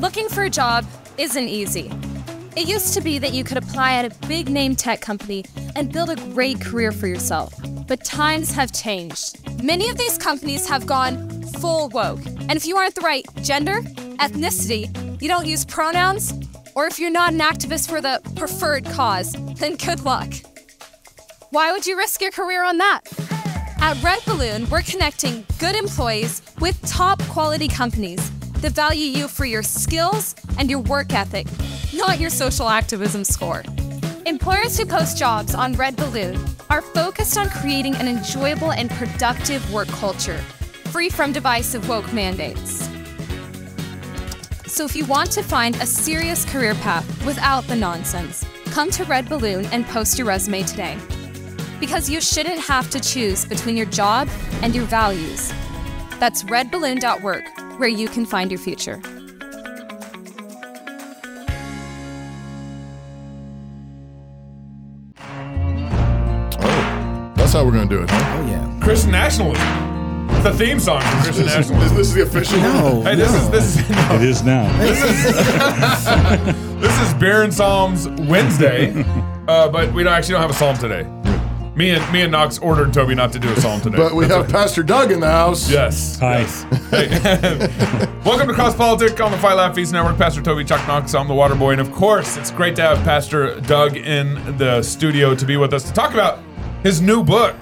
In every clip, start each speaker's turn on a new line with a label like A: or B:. A: Looking for a job isn't easy. It used to be that you could apply at a big name tech company and build a great career for yourself. But times have changed. Many of these companies have gone full woke. And if you aren't the right gender, ethnicity, you don't use pronouns, or if you're not an activist for the preferred cause, then good luck. Why would you risk your career on that? At Red Balloon, we're connecting good employees with top quality companies that value you for your skills and your work ethic, not your social activism score. Employers who post jobs on Red Balloon are focused on creating an enjoyable and productive work culture, free from divisive woke mandates. So if you want to find a serious career path without the nonsense, come to Red Balloon and post your resume today. Because you shouldn't have to choose between your job and your values. That's redballoon.work, where you can find your future.
B: Oh, that's how we're gonna do it. Huh?
C: Oh yeah.
D: Christian nationalism. The theme song for Christian
B: This,
D: nationalism.
B: this, this is the official.
C: No.
D: Hey, this
C: no.
D: is this is
E: It is now.
D: this is this is Baron Psalms Wednesday, uh, but we don't, actually don't have a psalm today. Me and me and Knox ordered Toby not to do a psalm today.
B: But we
D: That's
B: have Pastor Doug in the house.
D: Yes.
E: Hi.
D: Yes. Hey. Welcome to Cross Politic on the Five Laugh Feast Network. Pastor Toby Chuck Knox, I'm the Water Boy, and of course, it's great to have Pastor Doug in the studio to be with us to talk about his new book,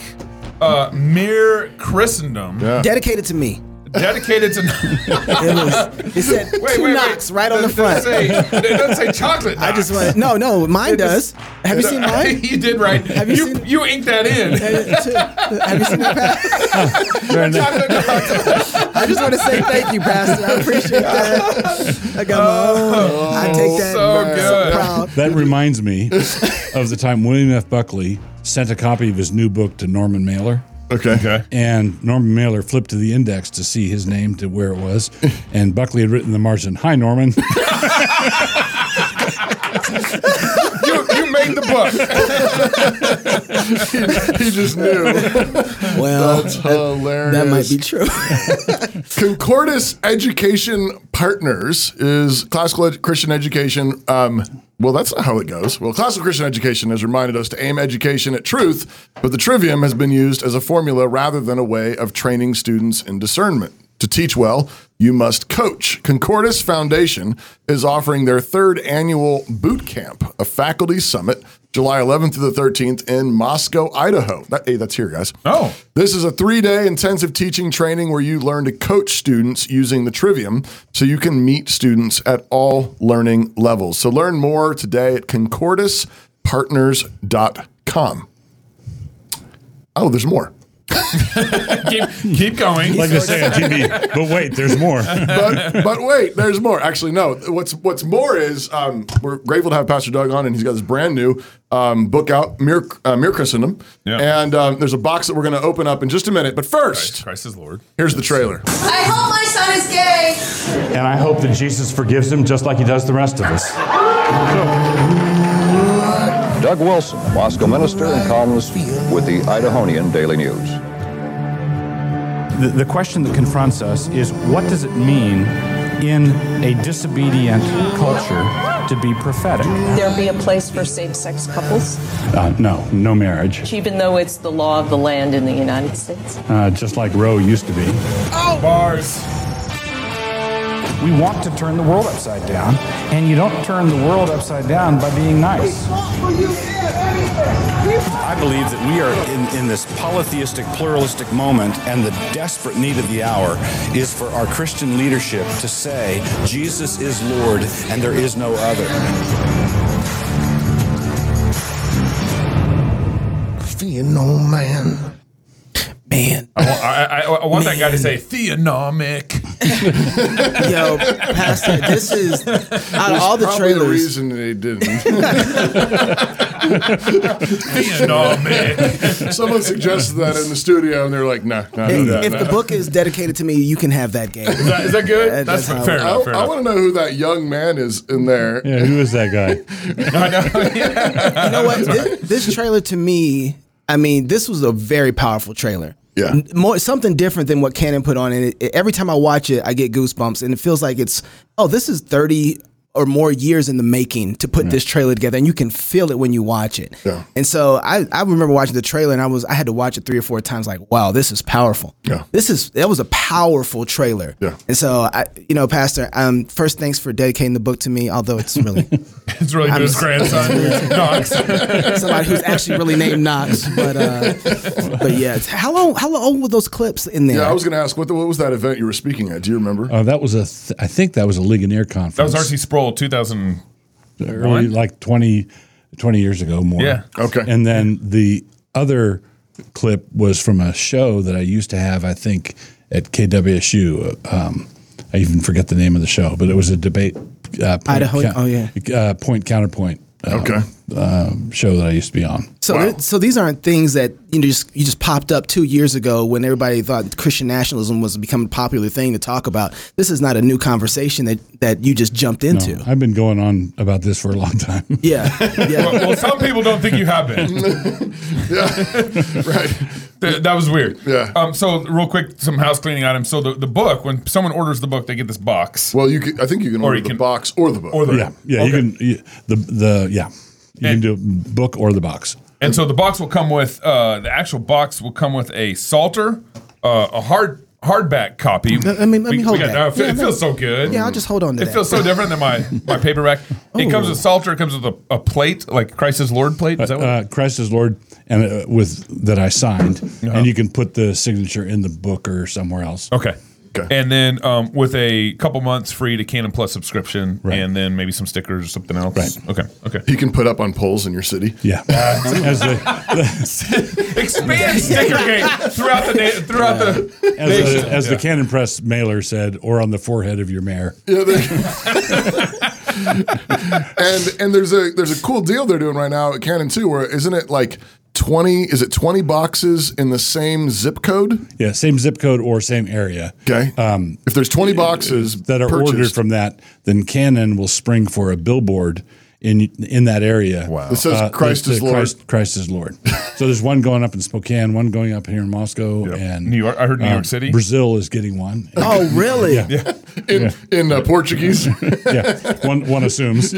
D: uh, "Mere Christendom,"
B: Yeah.
C: Dedicated to me.
D: dedicated to.
C: It was. It said two knocks right on the
D: Does- does
C: front.
D: it Say, it doesn't say chocolate.
C: I just
D: Knox.
C: want. No, no, mine does. Have you seen mine?
D: you did right.
C: you
D: you
C: seen-
D: you inked that in.
C: Have you seen that? Pat?
E: Very nice.
D: Chocolate Knox.
C: I just want to say thank you, Pastor. I appreciate that. I got my own. I take that.
D: so
C: and, uh,
D: good.
C: So proud.
E: That reminds me of the time William F. Buckley sent a copy of his new book to Norman Mailer.
B: Okay.
D: okay.
E: And Norman Mailer flipped to the index to see his name to where it was. And Buckley had written in the margin, Hi, Norman.
D: You you made the book.
B: he just knew.
C: Well,
B: That's hilarious.
C: that might be true.
B: Concordus Education Partners is classical ed- Christian education. Um, well, that's not how it goes. Well, classical Christian education has reminded us to aim education at truth, but the trivium has been used as a formula rather than a way of training students in discernment. To teach well, you must coach. Concordus Foundation is offering their third annual boot camp, a faculty summit, July 11th to the 13th in Moscow, Idaho. That, hey, that's here, guys.
D: Oh.
B: This is a three day intensive teaching training where you learn to coach students using the Trivium so you can meet students at all learning levels. So learn more today at concorduspartners.com. Oh, there's more.
D: keep keep going.
E: like they say on TV. But wait, there's more.
B: But, but wait, there's more. Actually, no. What's what's more is um, we're grateful to have Pastor Doug on, and he's got this brand new um, book out, Mere, uh, Mere Christendom.
D: Yeah.
B: And um, there's a box that we're going to open up in just a minute. But first,
D: Christ is Lord.
B: here's the trailer.
F: I hope my son is gay.
E: And I hope that Jesus forgives him just like he does the rest of us.
G: Doug Wilson, Moscow minister and columnist with the Idahonian Daily News.
H: The, the question that confronts us is what does it mean in a disobedient culture to be prophetic?
I: there be a place for same-sex couples,
E: Uh, no, no marriage,
I: even though it's the law of the land in the United States?
E: uh, just like Roe used to be.
C: Oh.
D: Bars.
H: We want to turn the world upside down, and you don't turn the world upside down by being nice.
J: I believe that we are in, in this polytheistic, pluralistic moment, and the desperate need of the hour is for our Christian leadership to say, Jesus is Lord and there is no other.
C: Fear no man. Man,
D: I, want- I, I, I want that guy to say theonomic.
C: yo, Pastor, this is out of all the
B: Probably the
C: trailers.
B: reason they didn't.
D: Theonomic.
B: Someone suggested that in the studio, and they're like, "Nah, nah, no, no,
C: if
B: no."
C: the book is dedicated to me, you can have that game.
D: Is that, is that good?
C: Yeah,
D: that's
C: that's how-
D: fair
B: I,
D: enough. Fair enough.
B: want to know who that young man is in there.
E: Yeah, who is that guy?
C: you know what? This, this trailer to me, I mean, this was a very powerful trailer.
B: Yeah.
C: More something different than what Canon put on and it. it- Every time I watch it, I get goosebumps and it feels like it's oh, this is 30 or more years in the making to put this trailer together and you can feel it when you watch it.
B: Yeah.
C: And so I, I remember watching the trailer and I was I had to watch it three or four times like, wow, this is powerful.
B: Yeah.
C: This is that was a powerful trailer.
B: Yeah.
C: And so I you know, Pastor, um first thanks for dedicating the book to me, although it's really
D: It's really good. His grandson, Knox.
C: somebody who's actually really named Knox. But uh, but yeah, it's- how long how long were those clips in there?
B: Yeah, I was going to ask what the, what was that event you were speaking at? Do you remember?
E: Uh, that was a, th- I think that was a Ligonier conference.
D: That was R.C. Sproul, 2000.
E: early, like 20, 20 years ago more.
D: Yeah.
B: Okay.
E: And then the other clip was from a show that I used to have, I think, at KWSU. Um, I even forget the name of the show, but it was a debate. Uh, point
C: Idaho- oh, yeah.
E: Uh, point counterpoint. um,
B: Okay.
E: um, show that I used to be on.
C: so
B: Wow.
C: th- so these aren't things that you know just you just popped up two years ago when everybody thought Christian nationalism was becoming a popular thing to talk about. This is not a new conversation that that you just jumped
E: No,
C: into.
E: I've been going on about this for a long time.
C: Yeah, yeah.
D: Well, well, some people don't think you have been.
B: right.
D: Th- that was weird.
B: Yeah.
D: Um, so, real quick, some house cleaning items. So, the, the book, when someone orders the book, they get this box.
B: Well, you can, I think you can
D: Or
B: order
D: you
B: the
D: can-
B: box or the book.
D: Or the-
E: Yeah, yeah. You
D: Okay.
E: can you, the the yeah. You
D: And-
E: can do book or the box.
D: And so the box will come with uh, the actual box will come with a Psalter, uh, a hard hardback copy.
C: I mean, let me hold that.
D: uh, it fe-
C: Yeah,
D: it
C: no.
D: feels so good.
C: Yeah, I'll just hold on to
D: it
C: that.
D: feels so different than my my paperback. It comes with Psalter. It comes with a, a plate, like Christ is Lord plate. Is that what?
E: Uh, Christ is Lord, and uh, with that I signed,
B: Uh-huh.
E: and you can put the signature in the book or somewhere else.
D: okay.
B: Okay.
D: And then um, with a couple months free to Canon Plus subscription,
E: Right.
D: and then maybe some stickers or something else.
E: Right.
D: Okay. Okay.
B: He can put up on poles in your city.
E: Yeah, as the
D: Expand sticker game throughout the day, throughout the.
E: as, the, as the Cannon Press mailer said, or on the forehead of your mayor.
B: Yeah, they- and and there's a there's a cool deal they're doing right now at Canon too, where isn't it like twenty? Is it twenty boxes in the same zip code?
E: Yeah, same zip code or same area.
B: Okay.
E: Um,
B: if there's twenty boxes
E: that are ordered
B: purchased,
E: from that, then Canon will spring for a billboard in in that area. Wow.
B: It says Christ is Lord.
E: Christ, Christ is Lord. so there's one going up in Spokane, one going up here in Moscow, and um,
D: New York- I heard New York City.
E: Brazil is getting one.
C: Oh really?
B: in in uh, Portuguese,
E: yeah, one one assumes.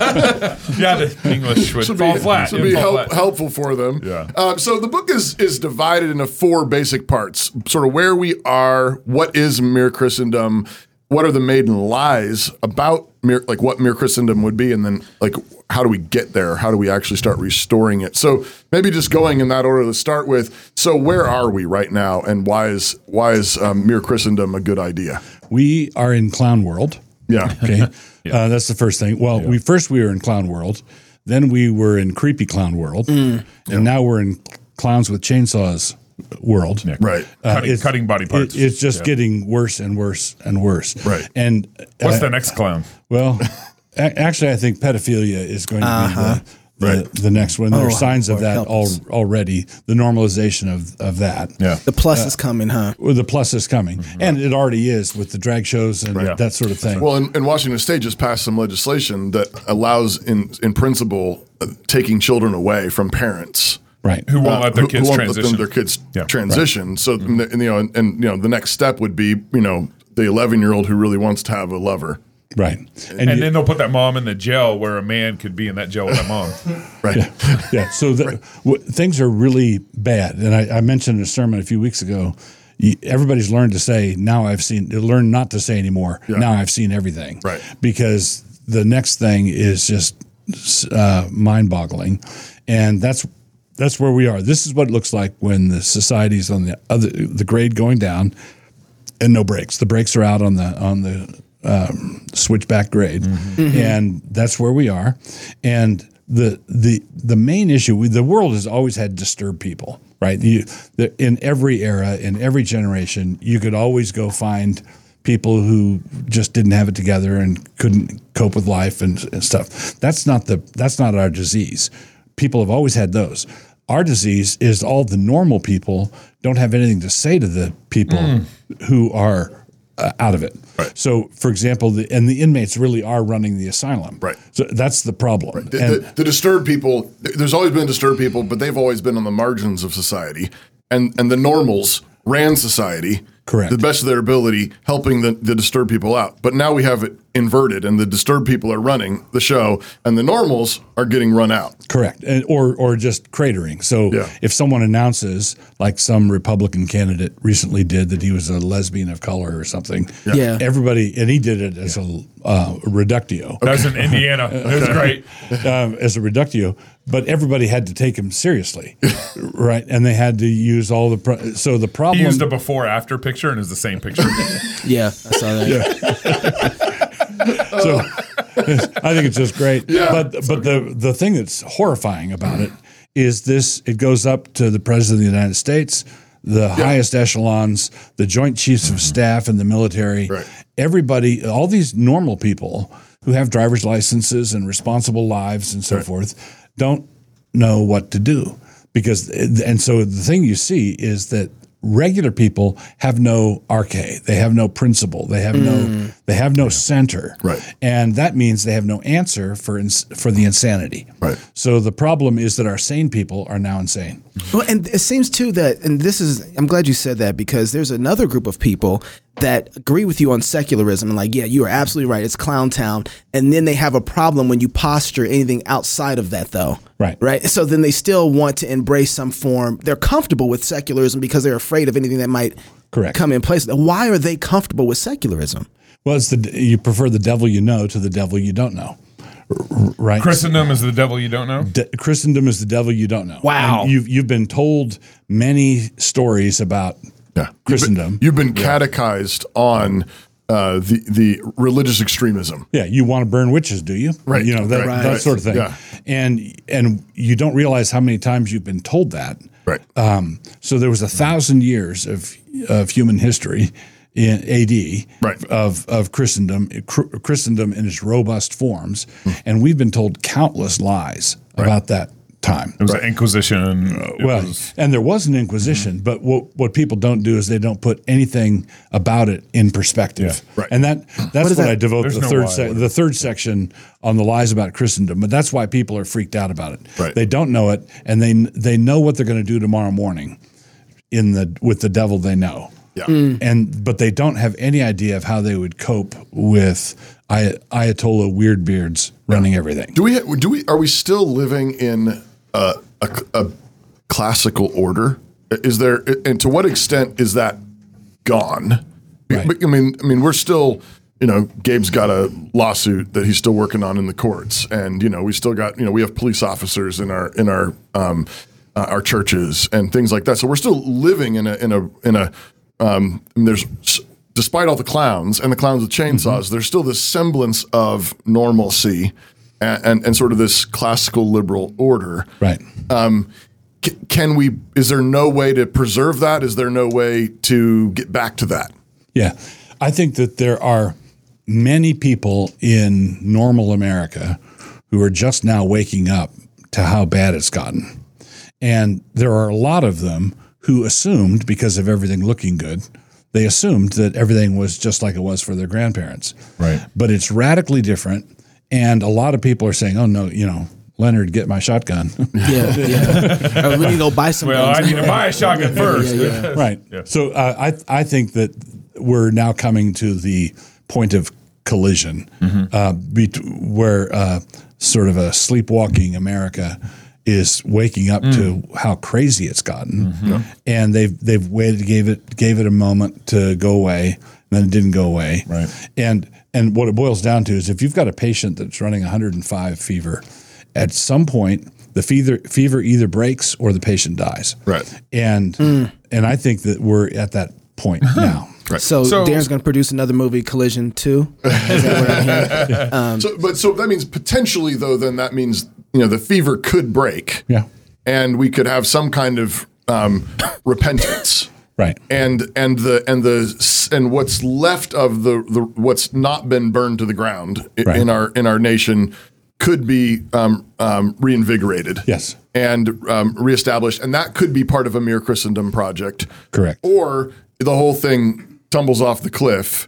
D: Yeah, the English would
B: should
D: fall
B: be,
D: flat.
B: should
D: It would
B: be
D: fall
B: help,
D: flat.
B: helpful for them.
D: Yeah.
B: Uh, so the book is is divided into four basic parts: sort of where we are, what is mere Christendom, what are the maiden lies about mere, like what mere Christendom would be, and then like how do we get there? How do we actually start restoring it? So maybe just going in that order to start with. So where are we right now, and why is why is um, mere Christendom a good idea?
E: We are in clown world.
B: Yeah.
E: Okay, uh, that's the first thing. Well, we first we were in clown world, then we were in creepy clown world,
B: Mm.
E: and now we're in clowns with chainsaws world.
B: Right.
E: Uh,
D: Cutting-
E: it's-
D: cutting body
E: it-
D: parts.
E: it's just getting worse and worse and worse.
B: Right.
E: And
D: What's
E: uh,
D: the next clown?
E: Well, a- actually, I think pedophilia is going to be the, the, the next one. There are
C: Oh,
E: signs of
C: Lord
E: that
C: help
E: al-
C: us.
E: already. The normalization of of that.
D: Yeah. Mm-hmm.
C: The plus is coming, huh?
E: Well, the plus is coming, and it already is with the drag shows and
D: Yeah.
E: that sort of thing.
B: Well, in, in Washington State, just passed some legislation that allows, in in principle, uh, taking children away from parents
E: right.
D: Who won't
B: uh,
D: let their kids
B: won't let them-
D: transition?
B: their kids
D: Yeah, Mm-hmm.
B: transition. So and the- and, you know, and, and you know, the next step would be you know the eleven year old who really wants to have a lover.
E: Right. And,
D: and
E: you-
D: then they'll put that mom in the jail where a man could be in that jail with that mom.
B: Right.
E: yeah. So the, w- things are really bad. And I, I mentioned in a sermon a few weeks ago. y- Everybody's learned to say now. I've seen learn not to say anymore. Now I've seen everything.
B: Right.
E: Because the next thing is just uh, mind-boggling, and that's that's where we are. This is what it looks like when the society's on the other the grade going down, and no brakes. The brakes are out on the on the um, switchback grade, and that's where we are. And the the the main issue we- the world has always had disturbed people, right? You the, in every era, in every generation, you could always go find people who just didn't have it together and couldn't cope with life and, and stuff. That's not the that's not our disease. People have always had those. Our disease is all the normal people don't have anything to say to the people
B: Mm.
E: who are uh, out of it. So, for example, the, and the inmates really are running the asylum.
B: Right.
E: So that's the problem.
B: The,
E: And-
B: the, the disturbed people. th- There's always been disturbed people, but they've always been on the margins of society. and and the normals ran society
E: Correct.
B: the best of their ability helping the, the disturbed people out but now we have it inverted and the disturbed people are running the show and the normals are getting run out
E: Correct, and, or or just cratering. So
B: Yeah.
E: if someone announces, like some Republican candidate recently did, that he was a lesbian of color or something,
D: Yeah.
C: Yeah.
E: everybody and he did it as a uh, reductio.
D: That was in Indiana. It was great.
E: um, as a reductio, but everybody had to take him seriously, right? And they had to use all the pro- so the
D: He
E: problem.
D: used a before after picture and it was the same picture.
C: Yeah, I saw that.
E: so I think it's just great. but but the the thing that's horrifying about it is this: it goes up to the president of the United States, the highest echelons, the Joint Chiefs of Staff, and the military.
B: Right.
E: Everybody, all these normal people who have driver's licenses and responsible lives and so forth, don't know what to do because and so the thing you see is that regular people have no arche they have no principle they have no they have no center
B: Right.
E: and that means they have no answer for ins- for the insanity
B: Right.
E: so the problem is that our sane people are now insane
C: Well, and it seems too that, and this is, I'm glad you said that because there's another group of people that agree with you on secularism and like, yeah, you are absolutely right. It's clown town. And then they have a problem when you posture anything outside of that, though.
E: Right.
C: Right. So then they still want to embrace some form. They're comfortable with secularism because they're afraid of anything that might
E: Correct.
C: come in place. Why are they comfortable with secularism?
E: well it's the you prefer the devil you know to the devil you don't know R- right
D: Christendom is the devil you don't know.
E: de- Christendom is the devil you don't know.
C: Wow.
E: And you've you've been told many stories about Ah, Christendom.
B: you've been catechized on uh, the the religious extremism
E: yeah, you want to burn witches, do you?
B: Right.
E: You know that,
B: Right.
E: that
B: Right.
E: sort of thing.
B: Yeah.
E: And and you don't realize how many times you've been told that.
B: right
E: Um, so there was a thousand years of of human history in AD
B: Right.
E: of of Christendom, Chr- Christendom in its robust forms, and we've been told countless lies about that time.
D: It was an Inquisition. It
E: well,
D: was-
E: and there was an Inquisition, but what what people don't do is they don't put anything about it in perspective,
B: Right.
E: and that that's what,
C: is that?
E: I devote
D: There's
E: the
D: no
E: third
D: why,
E: se-
D: whatever.
E: the third section on the lies about Christendom. But that's why people are freaked out about it.
B: Right.
E: They don't know it, and they they know what they're going to do tomorrow morning, in the with the devil they know,
B: yeah
E: Uh, and but they don't have any idea of how they would cope with I, Ayatollah Weirdbeards running everything.
B: Do we ha- do we are we still living in a, a, a classical order? Is there and to what extent is that gone? Be-
E: Right.
B: be- I mean, I mean, we're still, you know, Gabe's got a lawsuit that he's still working on in the courts, and you know, we still got, you know, we have police officers in our in our um, uh, our churches and things like that. So we're still living in a in a in a um, and there's despite all the clowns and the clowns with chainsaws,
E: Mm-hmm.
B: there's still this semblance of normalcy and, and, and sort of this classical liberal order.
E: Right.
B: C- can we? Is there no way to preserve that? Is there no way to get back to that?
E: Yeah. I think that there are many people in normal America who are just now waking up to how bad it's gotten. And there are a lot of them who assumed, because of everything looking good, they assumed that everything was just like it was for their grandparents.
D: Right.
E: But it's radically different. And a lot of people are saying, oh, no, you know, Leonard, get my shotgun.
C: Yeah. yeah. Uh, we need to go buy some
D: well,
C: guns.
D: I need to buy a shotgun first.
E: right. So uh, I I think that we're now coming to the point of collision, uh, bet- where uh, sort of a sleepwalking America is waking up to how crazy it's gotten, and they've they've waited gave it gave it a moment to go away, and then it didn't go away.
D: Right.
E: And and what it boils down to is if you've got a patient that's running 105 fever, at some point the fever fever either breaks or the patient dies
B: Right.
E: and
C: Hmm.
E: and I think that we're at that point
C: Uh-huh.
E: now.
C: So,
D: So-
C: Darren's going to produce another movie, Collision 2.
B: so, but so that means potentially, though. Then that means you know the fever could break.
E: Yeah.
B: and we could have some kind of um, repentance.
E: Right.
B: and and the and the and what's left of the, the what's not been burned to the ground i-
E: Right.
B: in our in our nation could be um, um, reinvigorated.
E: Yes.
B: and um, reestablished, and that could be part of a mere Christendom project.
E: Correct.
B: Or the whole thing tumbles off the cliff,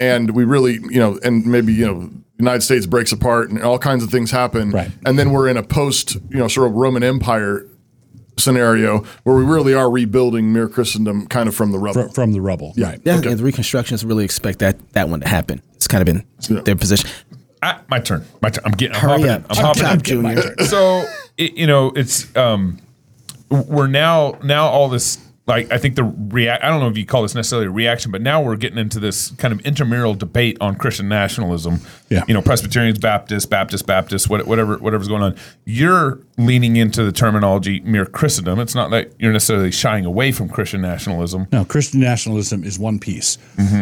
B: and we really you know, and maybe you know. United States breaks apart and all kinds of things happen,
E: Right.
B: and then we're in a post, you know, sort of Roman Empire scenario where we really are rebuilding mere Christendom kind of from the rubble.
E: From, the rubble.
B: Yeah.
C: Yeah, and the Reconstructionists really expect that that one to happen. It's kind of been their position.
D: Ah, my turn. My turn. I'm getting. I'm
C: Hurry
D: hopping
C: up.
D: in. I'm
C: Chop,
D: hopping
C: chop,
D: in.
C: Junior.
D: So it, you know, it's um, we're now now all this like I think the react. I don't know if you call this necessarily a reaction, but now we're getting into this kind of intramural debate on Christian nationalism.
E: Yeah.
D: you know, Presbyterians, Baptists, Baptists, Baptists, what, whatever, whatever's going on. You're leaning into the terminology mere Christendom. It's not that you're necessarily shying away from Christian nationalism.
E: Now, Christian nationalism is one piece.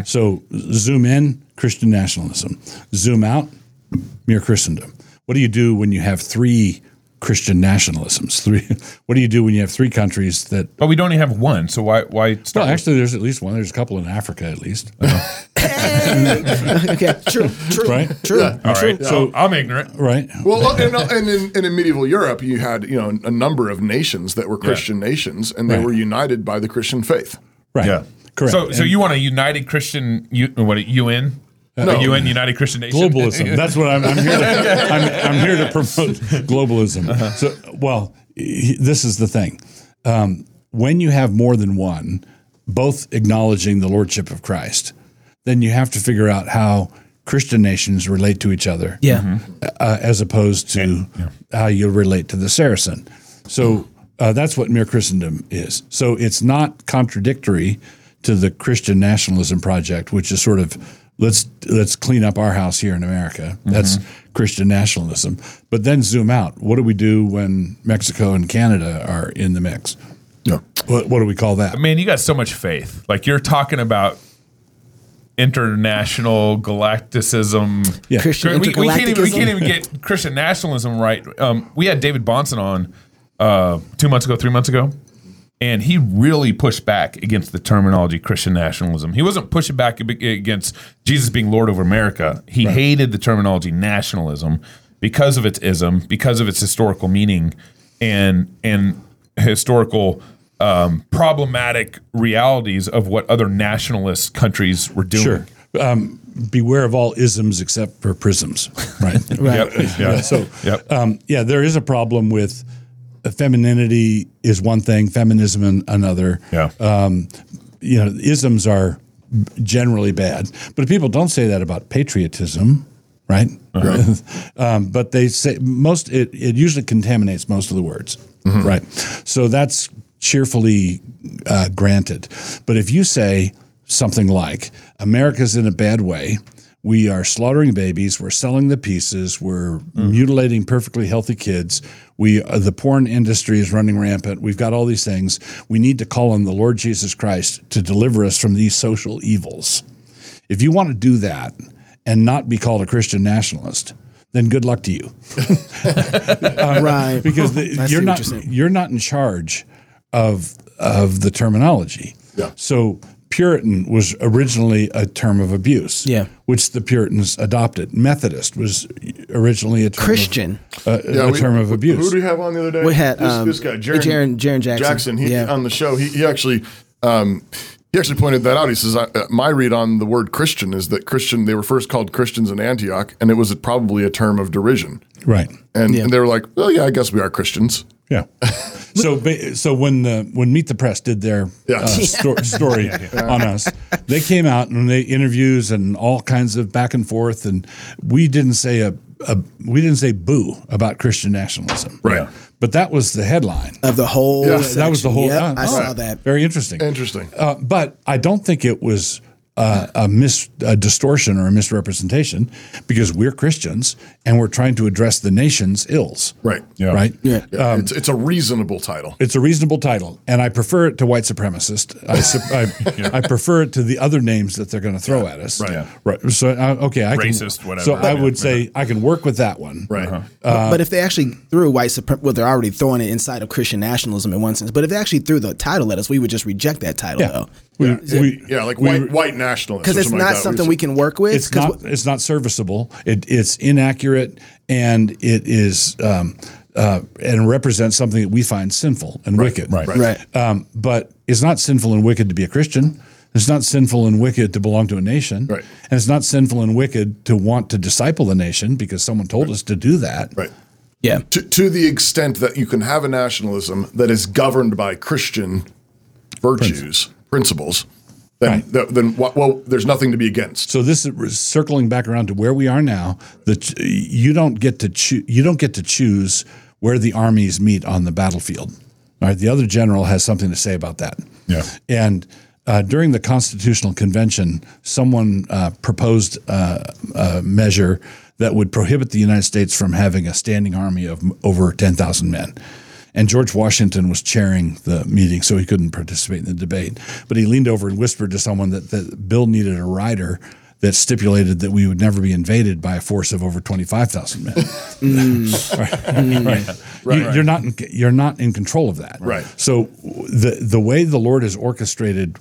E: So zoom in, Christian nationalism. Zoom out, mere Christendom. What do you do when you have three Christian nationalisms? Three. What do you do when you have three countries that?
D: But we don't even have one, so why why start?
E: Well, actually, there's at least one. There's a couple in Africa, at least.
C: okay, true, true,
E: Right?
C: true.
D: all right, so I'm ignorant.
E: Right.
B: Well, and, uh, and, in, and in medieval Europe, you had you know a number of nations that were Christian nations, and they
E: Right.
B: were united by the Christian faith.
E: Right. Correct.
D: So, so
E: And
D: you want a united Christian? U, what a UN?
B: No.
D: A UN United Christian Nation.
E: globalism. That's what I'm, I'm here. To, I'm, I'm here to promote globalism. So, well, he- this is the thing. Um, when you have more than one, both acknowledging the lordship of Christ, then you have to figure out how Christian nations relate to each other.
C: Yeah.
E: Uh, as opposed to how you relate to the Saracen. So uh, that's what mere Christendom is. So it's not contradictory to the Christian nationalism project, which is sort of let's let's clean up our house here in America. That's Christian nationalism. But then zoom out. What do we do when Mexico and Canada are in the mix?
B: Yeah.
E: What, what do we call that?
D: Man, you got so much faith. Like you're talking about international galacticism.
E: Yeah.
C: Christian
D: We, we can't even, we
C: intergalacticism.
D: can't even get Christian nationalism right. Um, we had David Bonson on uh, two months ago, three months ago, and he really pushed back against the terminology Christian nationalism. He wasn't pushing back ab- against Jesus being Lord over America. He hated the terminology nationalism because of its ism, because of its historical meaning, and and historical. Um, problematic realities of what other nationalist countries were doing.
E: Sure. Um, beware of all isms except for prisms. Right.
D: Yep.
E: Yeah. So,
D: Yep.
E: um, yeah, there is a problem with uh, femininity is one thing, feminism an, another.
D: Yeah.
E: Um, you know, isms are generally bad, but people don't say that about patriotism, right? um, but they say most. It, it usually contaminates most of the words, right? So that's cheerfully uh, granted. But if you say something like "America's in a bad way," we are slaughtering babies, we're selling the pieces, we're mutilating perfectly healthy kids. We uh, the porn industry is running rampant. We've got all these things. We need to call on the Lord Jesus Christ to deliver us from these social evils. If you want to do that and not be called a Christian nationalist, then good luck to you
C: right.
E: because the,
C: I see
E: you're
C: what
E: not
C: you're saying.
E: you're not in charge of of the terminology.
B: Yeah.
E: So Puritan was originally a term of abuse.
C: Yeah.
E: Which the Puritans adopted. Methodist was originally a term
C: Christian.
E: Of, a- a,
B: we-
E: term of
B: who-
E: abuse.
B: Who do we have on the other day?
C: We had,
B: this,
C: um,
B: this guy,
C: Jaron- Jaron Jackson.
B: he,
C: Yeah.
B: on the show. He, he actually. Um, he actually pointed that out. He says, I, uh, "My read on the word Christian is that Christian they were first called Christians in Antioch, and it was probably a term of derision.
E: right.
B: And, and they were like, well, yeah, I guess we are Christians.'
E: Yeah. so ba- so when the when Meet the Press did their
B: Yeah.
E: uh, sto- story on us, they came out and they interviews and all kinds of back and forth, and we didn't say a, a we didn't say boo about Christian nationalism,
B: Right.
E: But that was the headline.
C: of the whole.
B: Yeah, that
E: that was the
C: section.
E: whole.
C: Yep,
E: uh,
C: I
E: oh,
C: saw that.
E: Very interesting.
B: Interesting.
E: Uh, but I don't think it was uh, a mis a distortion or a misrepresentation because we're Christians and we're trying to address the nation's ills.
B: Right.
D: Yeah.
E: Right.
C: Yeah.
B: Yeah, it's, it's a reasonable title.
E: Um, It's a reasonable title, and I prefer it to white supremacist. I, su- I, I prefer it to the other names that they're going to throw at us.
B: Right. Yeah.
E: Right. So uh, okay, I
D: Racist,
E: Can,
D: whatever.
E: So I
D: Yeah.
E: would say I can work with that one.
B: Right. Uh,
C: but if they actually threw white supremacy, well, they're already throwing it inside of Christian nationalism in one sense. But if they actually threw the title at us, we would just reject that title,
E: Yeah.
C: though.
E: We-
B: Yeah,
E: we-
B: yeah, like
E: we-
B: white white nationalists.
C: Because
B: or
C: it's
B: something
C: not
B: like that.
C: something we can work with.
E: it's
C: 'cause
E: not it's not serviceable. It, it's inaccurate, and it is um, uh, and represents something that we find sinful and wicked.
D: right,
C: Right.
E: Um, but it's not sinful and wicked to be a Christian. It's not sinful and wicked to belong to a nation.
B: Right.
E: And it's not sinful and wicked to want to disciple the nation because someone told us to do that.
B: Right.
C: Yeah.
B: To, to the extent that you can have a nationalism that is governed by Christian virtues, principles, then, th- then wha- well, there's nothing to be against.
E: So this is circling back around to where we are now. That you don't get to choose. You don't get to choose where the armies meet on the battlefield. All right. The other general has something to say about that.
B: Yeah.
E: And uh, during the Constitutional Convention, someone uh, proposed uh, a measure that would prohibit the United States from having a standing army of m- over 10,000 men. And George Washington was chairing the meeting, so he couldn't participate in the debate. But he leaned over and whispered to someone that, that Bill needed a rider that stipulated that we would never be invaded by a force of over 25,000 men. Right. you,
B: Mm. right.
E: You're not in, you're not in control of that.
B: Right.
E: So the the way the Lord has orchestrated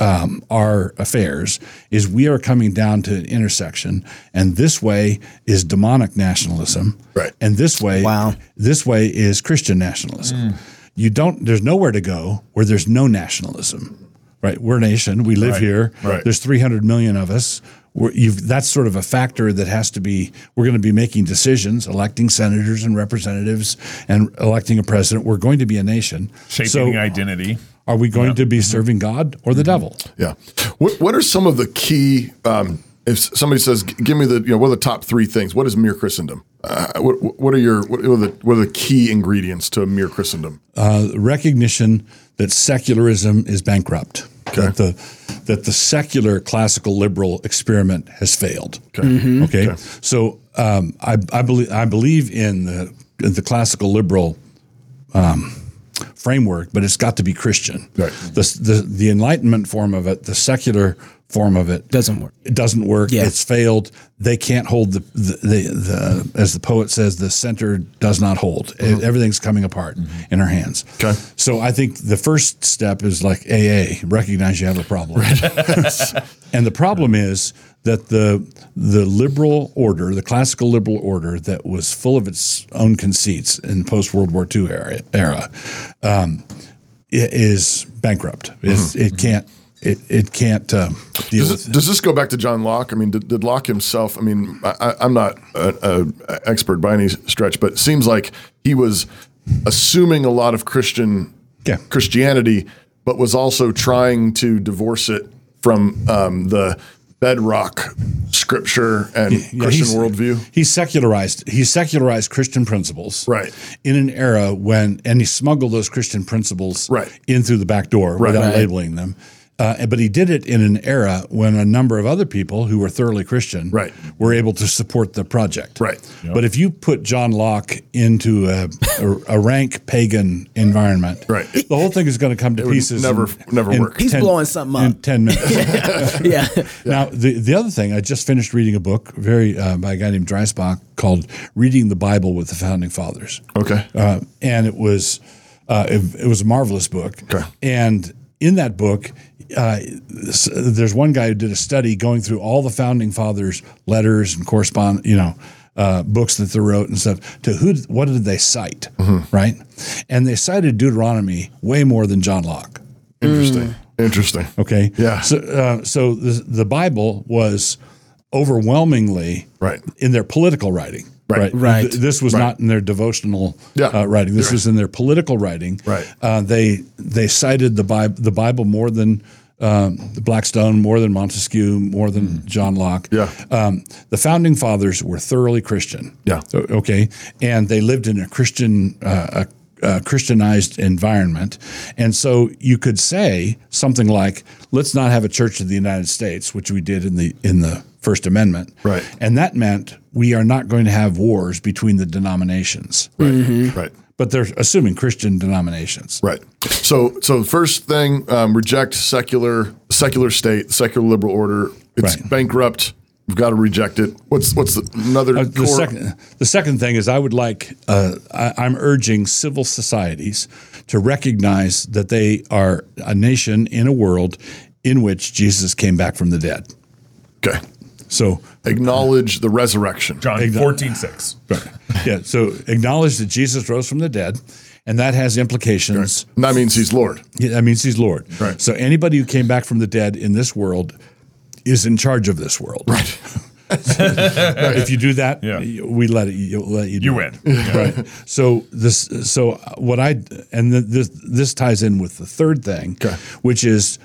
E: um, our affairs is we are coming down to an intersection, and this way is demonic nationalism.
B: Right.
E: And this way,
C: Wow.
E: this way is Christian nationalism. You don't. There's nowhere to go where there's no nationalism. Right. We're a nation. We live
B: Right.
E: here.
B: Right.
E: There's 300 million of us. We're, you've, that's sort of a factor that has to be. We're going to be making decisions, electing senators and representatives, and electing a president. We're going to be a nation.
D: Shaping
E: So,
D: the identity.
E: are we going to be
B: Mm-hmm.
E: serving God or the devil?
B: Yeah. What What are some of the key? Um, if somebody says, "G- "Give me the," you know, what are the top three things? What is mere Christendom? Uh, what What are your what are the What are the key ingredients to mere Christendom?
E: recognition that secularism is bankrupt.
B: Okay.
E: That the that the secular classical liberal experiment has failed.
B: Okay.
E: Okay. So um, I, I believe I believe in the in the classical liberal um, framework, but it's got to be Christian.
B: Right.
E: The, the the Enlightenment form of it, the secular form of it,
C: Doesn't work.
E: it doesn't work.
C: Yeah.
E: It's failed. They can't hold the, the, the, the, as the poet says, the center does not hold. E- Everything's coming apart in our hands.
B: Mm-hmm. Okay.
E: So I think the first step is like AA, recognize you have a problem. and the problem is that the, the liberal order, the classical liberal order that was full of its own conceits in post World War II era, era um, i- is bankrupt. It's, It can't. It, it can't um, deal with
B: Mm-hmm. Does, does this go back to John Locke? I mean, did, did Locke himself? I mean, I, I- I'm not an expert by any stretch, but it seems like he was assuming a lot of Christian
E: Yeah.
B: Christianity, but was also trying to divorce it from um, the bedrock scripture and
E: Yeah,
B: Christian
E: he's-
B: worldview.
E: He secularized. He secularized Christian principles,
B: Right.
E: In an era when, and he smuggled those Christian principles,
B: Right.
E: in through the back door without
C: Right.
E: labeling them. Uh, but he did it in an era when a number of other people who were thoroughly Christian,
B: Right.
E: were able to support the project,
B: Right.
E: But if you put John Locke into a, a, a rank pagan environment,
B: Right.
E: the whole thing is going to come to
B: would
E: pieces.
B: never- never work.
C: He's blowing something up.
E: in ten minutes.
C: Yeah.
E: Now, the, the other thing, I just finished reading a book very uh, by a guy named Dreisbach called "Reading the Bible with the Founding Fathers,"
B: Okay.
E: uh, and it was uh, it, it was a marvelous book.
B: Okay.
E: And in that book, uh, s- there's one guy who did a study going through all the founding fathers' letters and correspond, you know, uh, books that they wrote and stuff. To who? What did they cite? Right? And they cited Deuteronomy way more than John Locke.
B: Interesting. Interesting.
E: mm. Okay.
B: Yeah.
E: So, uh, so the, the Bible was overwhelmingly
B: Right.
E: in their political writing.
B: Right.
C: Right.
E: Th- this was
B: Right.
E: not in their devotional
B: Yeah.
E: uh, writing. This
B: Right.
E: was in their political writing.
B: Right.
E: Uh, they they cited the Bible the Bible more than um, Blackstone, more than Montesquieu, more than John Locke.
B: Mm. Yeah.
E: Um, the founding fathers were thoroughly Christian.
B: Yeah.
E: O- Okay. And they lived in a Christian, uh, a, a Christianized environment. And so you could say something like, let's not have a church of the United States, which we did in the, in the First Amendment.
B: Right.
E: And that meant we are not going to have wars between the denominations,
B: Right.
E: Mm-hmm.
B: Right.
E: but they're assuming Christian denominations.
B: Right. So, so first thing, um, reject secular secular state, secular liberal order. It's
E: Right.
B: bankrupt. We've got to reject it. What's what's the, another
E: Uh, the
B: core-
E: second, the second thing is, I would like, uh, I, I'm urging civil societies to recognize that they are a nation in a world in which Jesus came back from the dead.
B: Okay.
E: So,
B: Acknowledge the resurrection.
D: John
E: Exactly.
D: fourteen six.
E: yeah, so acknowledge that Jesus rose from the dead, and that has implications.
B: And that means he's Lord.
E: Yeah, That means he's Lord.
B: Right.
E: So, anybody who came back from the dead in this world is in charge of this world. Right. if you do that, we let it. You let you. Do
D: You
E: it.
D: win.
E: right. So this. So what I and th- this this ties in with the third thing, which is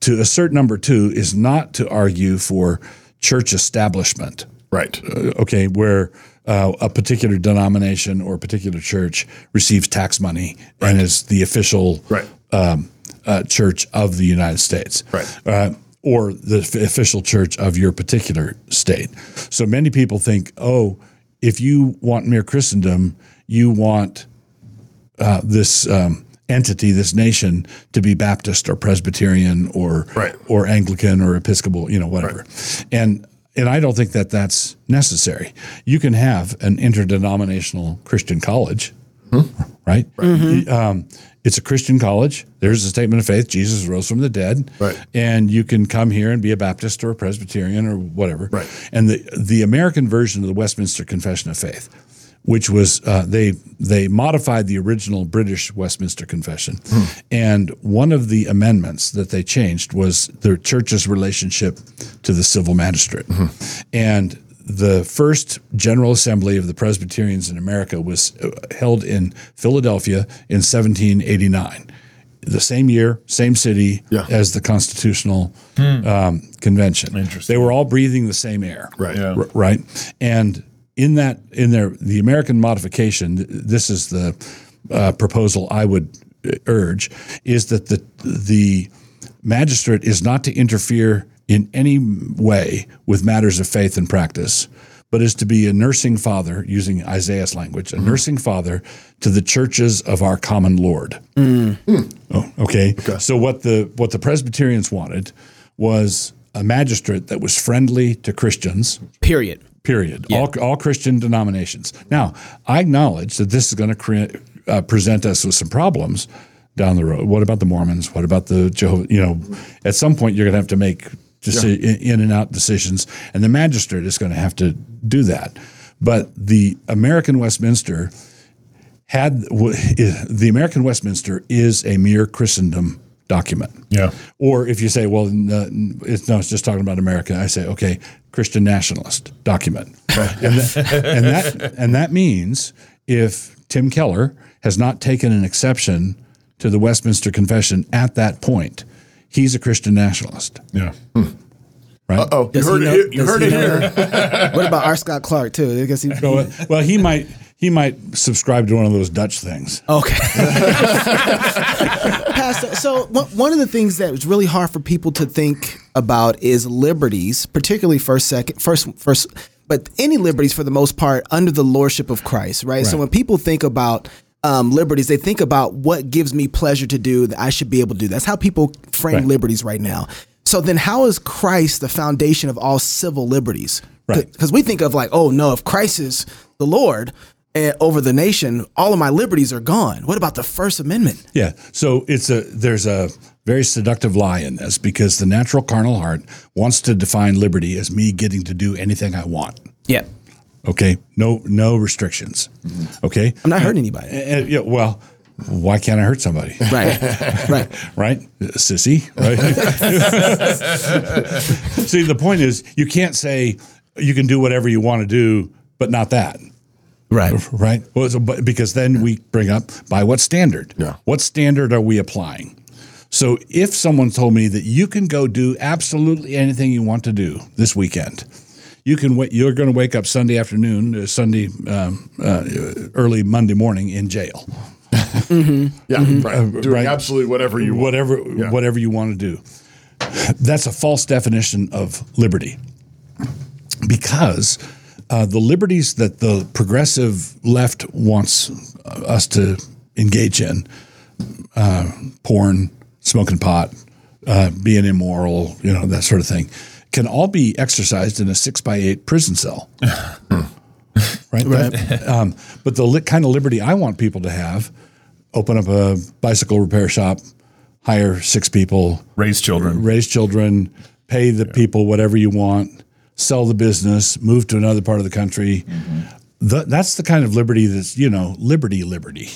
E: to assert number two is not to argue for church establishment.
B: Right.
E: Uh, okay. Where. Uh, a particular denomination or a particular church receives tax money and is the official um, uh, church of the United States, right? Uh, or the f- official church of your particular state. So many people think, oh, if you want mere Christendom, you want uh, this um, entity, this nation, to be Baptist or Presbyterian or or Anglican or Episcopal, you know, whatever. And and I don't think that that's necessary. You can have an interdenominational Christian college, Hmm? right?
K: Mhm.
E: Um, it's a Christian college. There's a statement of faith. Jesus rose from the dead, right? And you can come here and be a Baptist or a Presbyterian or whatever, right? And the the American version of the Westminster Confession of Faith which was uh, they they modified the original British Westminster Confession, and one of the amendments that they changed was the church's relationship to the civil magistrate, and. The first General Assembly of the Presbyterians in America was uh, held in Philadelphia in 1789, the same year, same city as the Constitutional
K: Hmm.
E: um, Convention. Interesting. They were all breathing the same air,
K: Right. Yeah.
E: r- right? And in that, in their the American modification, th- this is the uh, proposal I would uh, urge is that the the magistrate is not to interfere in any way with matters of faith and practice, but is to be a nursing father, using Isaiah's language, a nursing father to the churches of our common Lord. Oh, okay. So what the what the Presbyterians wanted was a magistrate that was friendly to Christians.
C: Period.
E: Period. All all Christian denominations. Now, I acknowledge that this is going to cre- uh, present us with some problems down the road. What about the Mormons? What about the Jehovah? You know, at some point you're going to have to make deci- in and out decisions, and the magistrate is going to have to do that. But the American Westminster had w- the American Westminster is a mere Christendom document. Yeah. Or if you say, well, no, it's, no, it's just talking about America. I say, okay, Christian nationalist document, and, that, and that and that means if Tim Keller has not taken an exception to the Westminster Confession at that point, he's a Christian nationalist. Yeah.
D: Hmm.
E: Right.
B: oh,
C: Does he know- does he know- what about R. Scott Clark too? I guess he,
E: So, well, he might he might subscribe to one of those Dutch things.
C: Okay. Pastor, so one one of the things that was really hard for people to think about is liberties, particularly first, second, first, first, but any liberties for the most part under the lordship of Christ, right? So
L: Right.
C: when people think about um, liberties, they think about what gives me pleasure to do that I should be able to do. That's how people frame
E: Right.
C: liberties right now. So then, how is Christ the foundation of all civil liberties?
E: Right.
C: Because we think of like, oh no, if Christ is the Lord eh, over the nation, all of my liberties are gone. What about the First Amendment?
E: Yeah. So it's a there's a very seductive lie in this because the natural carnal heart wants to define liberty as me getting to do anything I want.
C: Yeah.
E: Okay. No no restrictions. Okay.
C: I'm not hurting anybody.
E: Eh, eh, yeah, well, why can't I hurt somebody?
C: Right. right.
E: Right? Sissy. Right. See, the point is you can't say you can do whatever you want to do, but not that.
C: Right.
E: Right. Well, so, but, because then we bring up by what standard? Yeah. What standard are we applying? So if someone told me that you can go do absolutely anything you want to do this weekend, you can wa- you're going to wake up Sunday afternoon, uh, Sunday um, uh, early Monday morning in jail.
B: Yeah, right. Doing absolutely whatever you want.
E: Mm-hmm. Uh, whatever whatever you want to do. That's a false definition of liberty, because uh, the liberties that the progressive left wants uh, us to engage in, uh, porn, smoking pot, uh, being immoral, you know that sort of thing, can all be exercised in a six by eight prison cell right? That- um, but the li- kind of liberty I want people to have: open up a bicycle repair shop, hire six people,
D: raise children,
E: raise children, pay the people whatever you want, sell the business, move to another part of the country. Th- that's the kind of liberty that's you know liberty, liberty.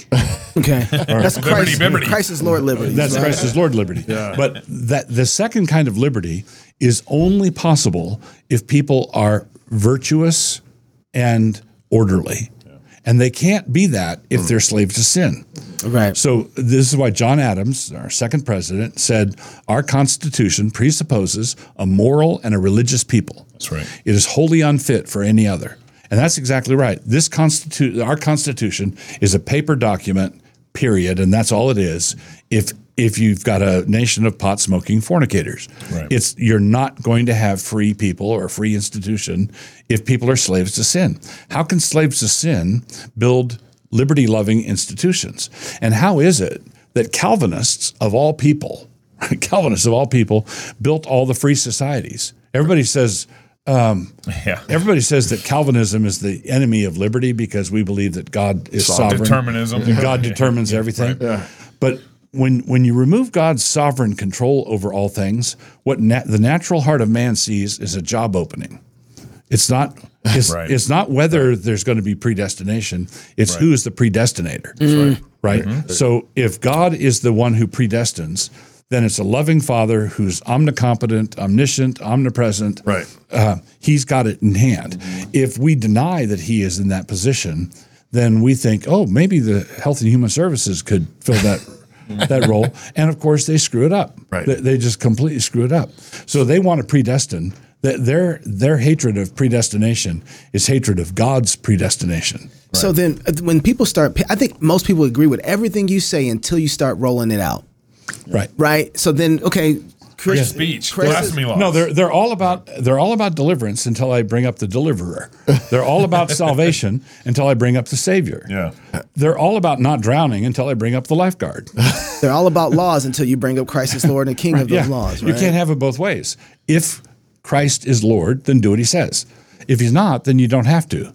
C: Okay, That's
E: liberty,
C: Christ, Christ is Lord liberties.
E: That's
C: right?
E: Christ is Lord liberty.
C: Yeah.
E: But that the second kind of liberty is only possible if people are virtuous and orderly. And they can't be that if
C: Mm.
E: they're slaves to sin.
C: Right.
E: So this is why John Adams, our second president, said our Constitution presupposes a moral and a religious people. That's
B: right.
E: It is wholly unfit for any other. And that's exactly right. This constitu- our Constitution is a paper document, period, and that's all it is. If if you've got a nation of pot smoking fornicators,
B: Right.
E: it's you're not going to have free people or a free institution if people are slaves to sin. How can slaves to sin build liberty loving institutions? And how is it that Calvinists of all people, Calvinists of all people, built all the free societies? Everybody says. Um,
D: Yeah.
E: Everybody says that Calvinism is the enemy of liberty because we believe that God is sovereign.
D: Determinism.
E: And God determines everything. But when when you remove God's sovereign control over all things, what na- the natural heart of man sees is a job opening. It's not it's,
D: Right.
E: it's not whether there's going to be predestination, it's
D: Right. Mm-hmm.
E: who is the predestinator. Right? So if God is the one who predestines, then it's a loving father who's omnicompetent, omniscient, omnipresent.
B: Right.
E: Uh, he's got it in hand. If we deny that he is in that position, then we think, oh, maybe the Health and Human Services could fill that that role. And of course, they screw it up.
B: Right.
E: They, they just completely screw it up. So they want to predestine. That their their hatred of predestination is hatred of God's predestination.
C: So then, uh, when people start, I think most people agree with everything you say until you start rolling it out,
E: Right.
C: right? So then, okay, Chris,
D: Speech.
C: Chris-
D: Blasphemy laws.
E: No, they're they're all about they're all about deliverance until I bring up the deliverer. They're all about salvation until I bring up the savior.
B: Yeah.
E: They're all about not drowning until I bring up the lifeguard.
C: they're all about laws until you bring up Christ as Lord and King of those laws. Right?
E: You can't have it both ways. If Christ is Lord, then do what he says. If he's not, then you don't have to.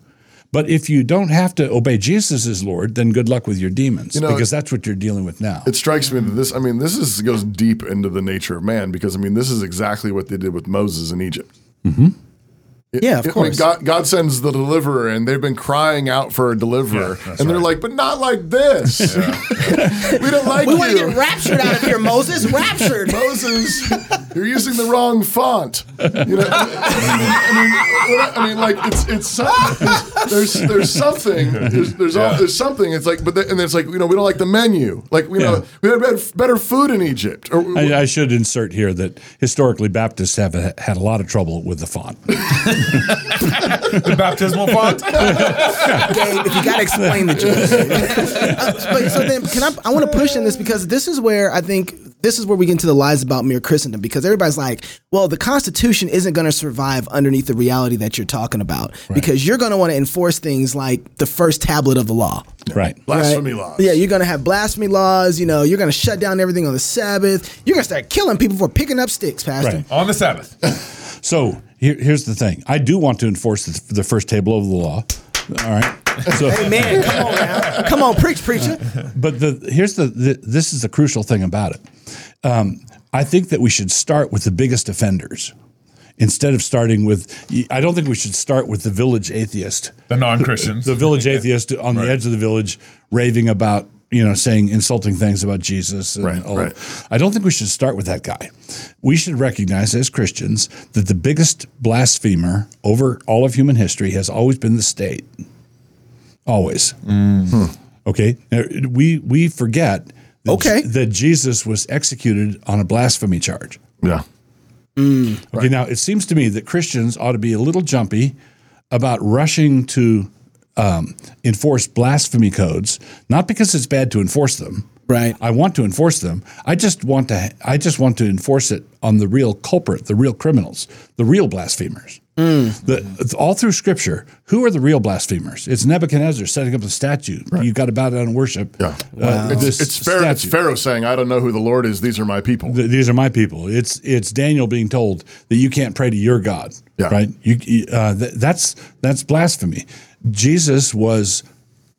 E: But if you don't have to obey Jesus as Lord, then good luck with your demons
B: You know,
E: because that's what you're dealing with now.
B: It strikes me that this, I mean, this is goes deep into the nature of man because I mean, this is exactly what they did with Moses in Egypt.
C: yeah, of
B: I mean,
C: course.
B: God, God sends the deliverer, and they've been crying out for a deliverer, and they're like, "But not like this. we don't like
C: we
B: you,
C: want to get raptured out of here, Moses. Raptured.
B: Moses. You're using the wrong font. You know, I mean, I mean, I mean, like it's it's some- there's there's something there's there's, all, there's something. It's like, but the, and it's like you know we don't like the menu. Like you
E: Yeah.
B: know we had better- better food in Egypt. Or,
E: I, I should insert here that historically Baptists have had a lot of trouble with the font.
D: The baptismal font.
C: Gabe, if you got to explain the Jesus. but so then, can I? I want to push in this because this is where I think this is where we get into the lies about mere Christendom because everybody's like, well, the Constitution isn't going to survive underneath the reality that you're talking about because you're going to want to enforce things like the first tablet of the law.
E: right.
B: blasphemy laws.
C: Yeah, you're gonna have blasphemy laws. You know, you're gonna shut down everything on the Sabbath. You're gonna start killing people for picking up sticks, Pastor.
E: Right.
D: On the Sabbath.
E: So here, here's the thing. I do want to enforce the, the first table of the law. All right. So,
C: Man, come on now, come on, preach, preacher.
E: but the here's the, the this is the crucial thing about it. Um, I think that we should start with the biggest offenders instead of starting with. I don't think we should start with the village atheist,
D: The non-Christians.
E: the village atheist on the edge of the village raving about you know saying insulting things about Jesus. And
B: Right, right.
E: I don't think we should start with that guy. We should recognize as Christians that the biggest blasphemer over all of human history has always been the state. Always.
B: Hmm.
E: Okay. Now, We we forget that,
C: Okay.
E: that Jesus was executed on a blasphemy charge.
B: yeah.
E: Okay, now it seems to me that Christians ought to be a little jumpy about rushing to um, enforce blasphemy codes, not because it's bad to enforce them.
C: Right.
E: I want to enforce them. I just want to. I just want to enforce it on the real culprit, the real criminals, the real blasphemers. The, all through Scripture, who are the real blasphemers? It's Nebuchadnezzar setting up the statue. You got to bow down and worship.
B: Yeah.
E: uh,
B: It's,
E: this
B: it's, Pharaoh, it's
E: statue.
B: Pharaoh saying, I don't know who the Lord is. These are my people.
E: Th- these are my people. It's it's Daniel being told that you can't pray to your God,
B: Yeah.
E: right? You you- uh, th- that's that's blasphemy. Jesus was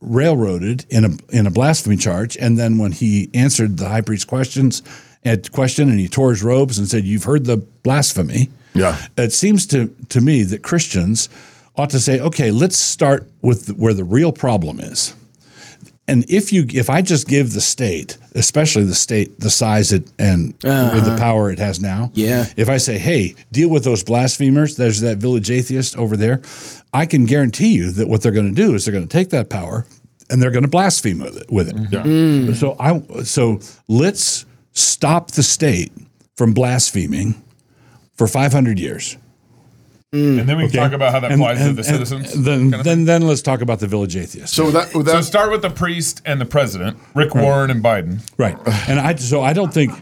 E: railroaded in a in a blasphemy charge, and then when he answered the high priest's questions at question, and he tore his robes and said, "You've heard the blasphemy."
B: Yeah.
E: it seems to to me that Christians ought to say, "Okay, let's start with where the real problem is." And if you, if I just give the state, especially the state, the size it and with the
C: Uh-huh.
E: power it has now,
C: Yeah.
E: If I say, hey, deal with those blasphemers, there's that village atheist over there, I can guarantee you that what they're going to do is they're going to take that power and they're going to blaspheme with it. With it.
D: Mm-hmm. Mm.
E: So I, so let's stop the state from blaspheming for 500 years.
D: And then we can
E: Okay.
D: talk about how that
E: And-
D: applies
E: and-
D: to the
E: and
D: citizens.
E: Then, then, then let's talk about the village atheist.
B: So that,
D: so
B: that
D: start with the priest and the president, Rick Warren and Biden.
E: Right. And I so I don't think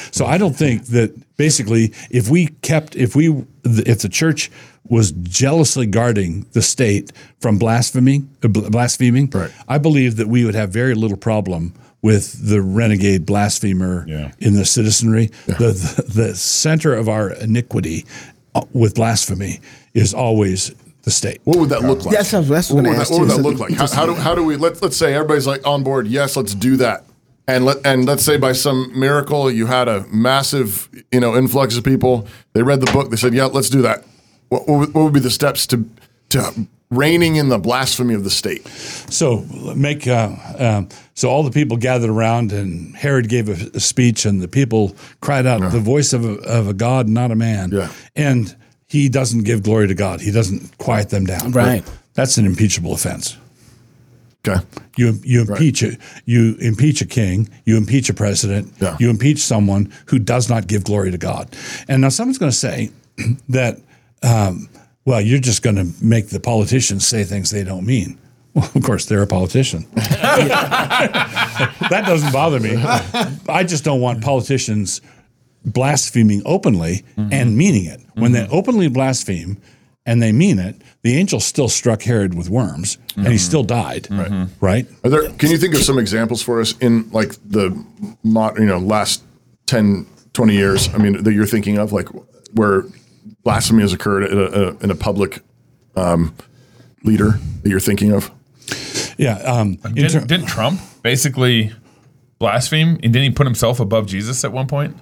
E: so I don't think that basically if we kept if we if the church was jealously guarding the state from blaspheming uh, bl- blaspheming
B: Right.
E: I believe that we would have very little problem with the renegade blasphemer
D: Yeah.
E: in the citizenry the, the the center of our iniquity uh, with blasphemy is always the state.
B: what would that look like?
C: That's what- that's what
B: what
C: I
B: would that,
C: asked
B: what would
C: you.
B: that
C: So
B: look like? How, how do how do we let let's say everybody's like on board? Yes, let's do that. And let and let's say by some miracle you had a massive you know influx of people. They read the book. They said, yeah, let's do that. What, what, would- what would be the steps to to reigning in the blasphemy of the state?
E: So make uh, um, so all the people gathered around, and Herod gave a, a speech, and the people cried out, "The voice of a, of a god, not a man."
B: Yeah.
E: And he doesn't give glory to God. He doesn't quiet them down.
C: Right.
E: That's an impeachable offense.
B: Okay,
E: You you impeach a, you impeach a king, you impeach a president,
B: Yeah.
E: you impeach someone who does not give glory to God. And now someone's going to say that, um, well, you're just going to make the politicians say things they don't mean. Well, of course, they're a politician. that doesn't bother me. I just don't want politicians blaspheming openly and meaning it. When they openly blaspheme and they mean it, the angel still struck Herod with worms and he still died. Right. Right?
B: Are there, can you think of some examples for us in like the mod, you know last 10, 20 years? I mean, that you're thinking of like where blasphemy has occurred in a, a, in a public um, leader that you're thinking of.
E: Yeah. Um, in
D: Did,
E: ter-
D: not did Trump basically blaspheme? And didn't he put himself above Jesus at one point?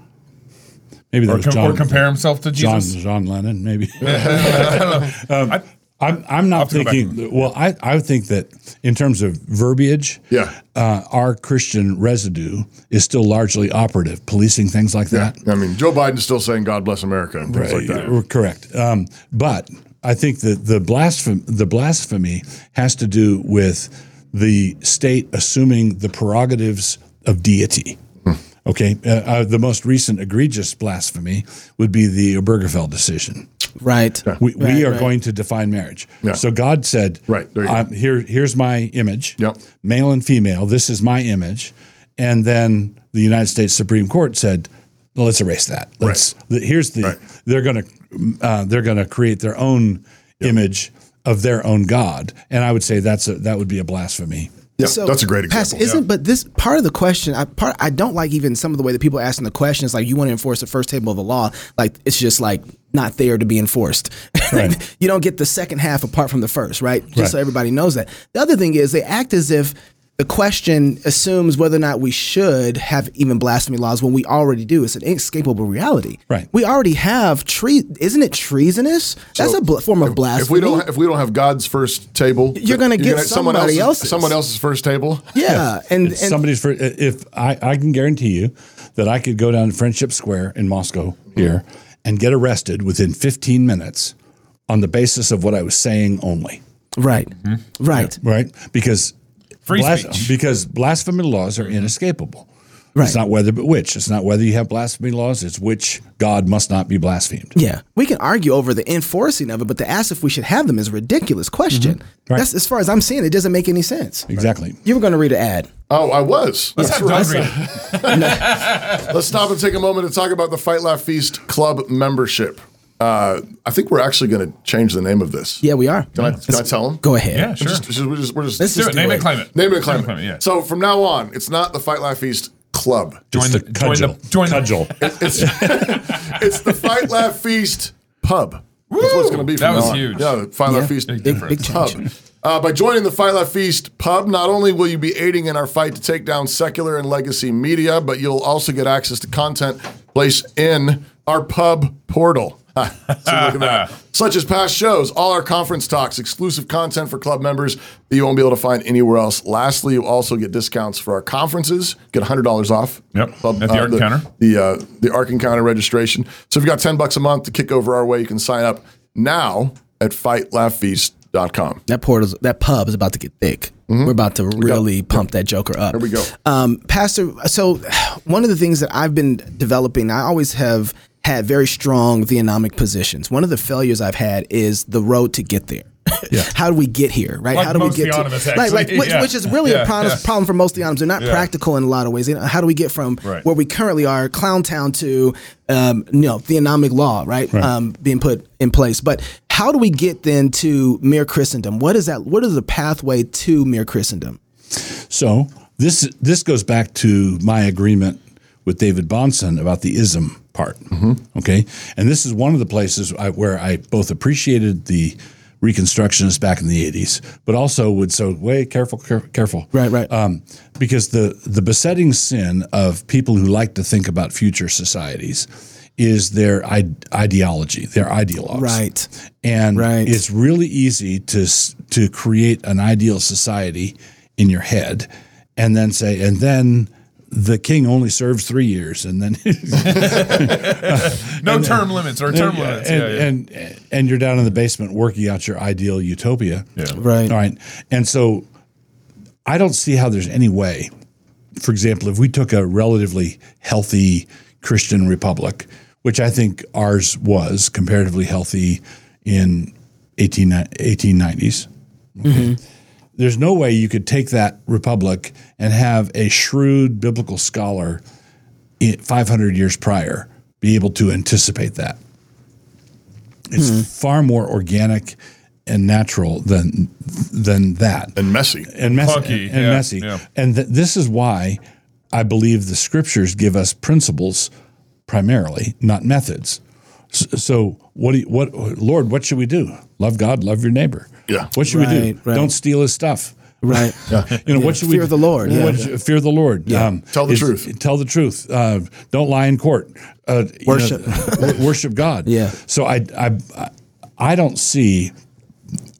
E: maybe that
D: Or,
E: was
D: com-
E: John,
D: or compare himself to
E: John,
D: Jesus?
E: John Lennon, maybe. Um,
D: I-
E: I'm, I'm not
D: have to go back
E: thinking, well, I, I think that in terms of verbiage,
B: Yeah.
E: uh, our Christian residue is still largely operative, policing things like that.
B: I mean, Joe Biden's still saying "God bless America" and things like that.
E: Uh, Correct. Um, but I think that the blasphem- the blasphemy has to do with the state assuming the prerogatives of deity.
B: Hmm.
E: Okay, uh, uh, the most recent egregious blasphemy would be the Obergefell decision.
C: Right.
E: We, we
C: Right,
E: are
C: right.
E: going to define marriage.
B: Yeah.
E: So God said,
B: Right, there you go.
E: um, here, here's my image,
B: Yep.
E: male and female. This is my image. And then the United States Supreme Court said, well, let's erase that. Let's, th- here's the,
B: Right.
E: they're going to, uh, they're going to create their own image of their own God. And I would say that's a, that would be a blasphemy.
B: Yeah,
C: So,
B: that's a great
C: Pastor,
B: example.
C: isn't but this part of the question? I part I don't like even some of the way that people are asking the question. It's like you want to enforce the first table of the law, like it's just like not there to be enforced.
E: Right.
C: you don't get the second half apart from the first, right? Just
E: Right.
C: so everybody knows that. The other thing is they act as if the question assumes whether or not we should have even blasphemy laws when we already do. It's an inescapable reality.
E: Right.
C: We already have tre. Isn't it treasonous? That's
B: So,
C: a bl- form of blasphemy.
B: if we don't if we don't have God's first table,
C: You're gonna get
B: someone
C: somebody else's.
B: someone else's first table.
C: yeah, and, and
E: If somebody's for if I, I can guarantee you that I could go down to Friendship Square in Moscow here and get arrested within 15 minutes on the basis of what I was saying only,
C: right,
B: Mm-hmm.
C: right.
E: right? Because
D: Free speech.
E: because blasphemy laws are inescapable.
C: Right.
E: It's not whether but which. It's not whether you have blasphemy laws. It's which God must not be blasphemed.
C: Yeah, we can argue over the enforcing of it, but to ask if we should have them is a ridiculous question. That's as far as I'm seeing. It doesn't make any sense.
E: Exactly.
C: You were going to read an ad.
B: Oh, I was.
D: Let's have Doug read it.
B: Let's stop and take a moment to talk about the Fight Laugh Feast Club membership. Uh, I think we're actually going to change the name of this.
C: Yeah, we are.
B: Can I, can I tell them?
C: Go ahead.
D: Yeah, sure.
B: Just, just- we're just, we're just,
C: Let's
D: do it. Name it, claim it.
B: Name it, claim it.
D: yeah.
B: So from now on, it's not the Fight Laugh Feast Club.
D: Join
E: It's
D: the,
E: the cudgel.
D: join the join
E: Cudgel.
D: The,
B: It's, it's the Fight Laugh Feast Pub. That's what it's going to be.
D: That
B: from
D: was
B: now on.
D: huge.
B: Yeah, the Fight Laugh
C: Yeah.
B: Feast
D: Big
B: Pub.
C: difference. Big change.
B: Uh, by joining the Fight Laugh Feast Pub, not only will you be aiding in our fight to take down secular and legacy media, but you'll also get access to content placed in our pub portal. So look at that. Such as past shows, all our conference talks, exclusive content for club members that you won't be able to find anywhere else. Lastly, you also get discounts for our conferences. Get $100 off.
D: Yep,
B: Club-
D: at the Arc Encounter.
B: The, uh, the Arc Encounter registration. So if you got 10 bucks a month to kick over our way, you can sign up now at fightlaughfeast.com.
C: That port is, that pub is about to get thick. We're about to really pump that Joker up. Here
B: we go.
C: um, Pastor. So, one of the things that I've been developing, I always have had very strong theonomic positions. One of the failures I've had is the road to get there. How do we get here, right?
D: Like
C: How do
D: most
C: we get
D: theonomists,
C: to, right, like,
D: actually.
C: which,
D: Yeah.
C: which is really
D: Yeah,
C: a problem,
D: yeah.
C: problem for most theonomists. They're not
D: Yeah.
C: practical in a lot of ways. You know, How do we get from
D: Right.
C: where we currently are, Clown Town, to um, you know theonomic law, right, Um, being put in place? But how do we get then to mere Christendom? What is that? What is the pathway to mere Christendom?
E: So this this goes back to my agreement with David Bonson about the ism part.
C: Mm-hmm.
E: Okay, and this is one of the places I, where I both appreciated the Reconstructionists back in the '80s, but also would so way careful, care, careful,
C: Right, right.
E: um, because the the besetting sin of people who like to think about future societies is their I- ideology, their ideologues,
C: Right.
E: and
C: Right.
E: it's really easy to s- to create an ideal society in your head, and then say, and then the king only serves three years, and then
D: No term limits or term limits.
E: and,
D: yeah, yeah.
E: and and you're down in the basement working out your ideal utopia.
D: Yeah.
C: Right.
E: All right. And so I don't see how there's any way. For example, if we took a relatively healthy Christian republic, which I think ours was comparatively healthy in 18, 1890s, there's no way you could take that republic and have a shrewd biblical scholar i- 500 years prior be able to anticipate that. It's far more organic and natural than than that
B: And messy.
E: and messy
D: Clunky,
E: and
D: yeah,
E: messy.
D: yeah.
E: And th- this is why I believe the scriptures give us principles primarily, not methods. S- So what do you, what Lord, what should we do? Love God, love your neighbor.
B: Yeah.
E: What should we do?
C: Right, right.
E: Don't steal his stuff.
C: Right.
E: You know, what should we
C: fear the Lord,
E: what
C: yeah.
E: should- fear the Lord. Um,
B: Tell the truth.
E: Tell the truth. Uh, don't lie in court. Uh, you know,
C: Worship.
E: w- worship God.
C: Yeah.
E: So I I I- I don't see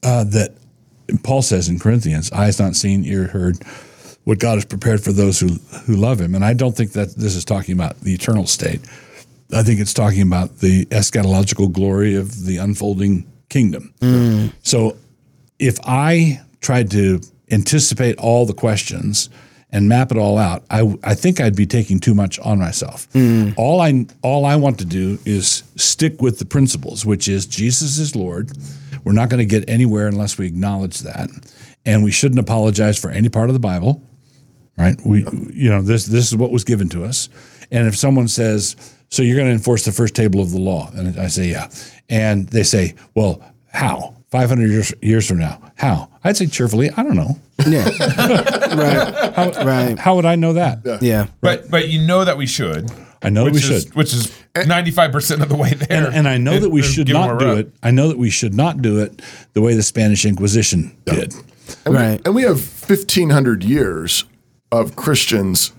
E: uh, that Paul says in Corinthians, "Eye has not seen, ear heard." What God has prepared for those who who love Him, and I don't think that this is talking about the eternal state. I think it's talking about the eschatological glory of the unfolding kingdom.
C: Mm.
E: So if I tried to anticipate all the questions and map it all out, I, I think I'd be taking too much on myself. All I all I want to do is stick with the principles, which is Jesus is Lord. We're not going to get anywhere unless we acknowledge that, and we shouldn't apologize for any part of the Bible right? We, you know, this this is what was given to us. And if someone says, "So you're going to enforce the first table of the law," and I say, "Yeah," and they say, "Well, how? 500 years years from now, how?" I'd say cheerfully, "I don't know.
C: Yeah. right.
E: How,
C: Right.
E: How would I know that?
C: Yeah.
D: But but you know that we should.
E: I know that
D: which
E: Oh, we
D: is,
E: should.
D: Which is ninety five percent of the way there.
E: And, and I know
D: If-
E: that we
D: if
E: should
D: given
E: not
D: where
E: do
D: we're at.
E: it. I know that we should not do it the way the Spanish Inquisition did.
B: And we-
C: Right.
B: and we have 1,500 years of Christians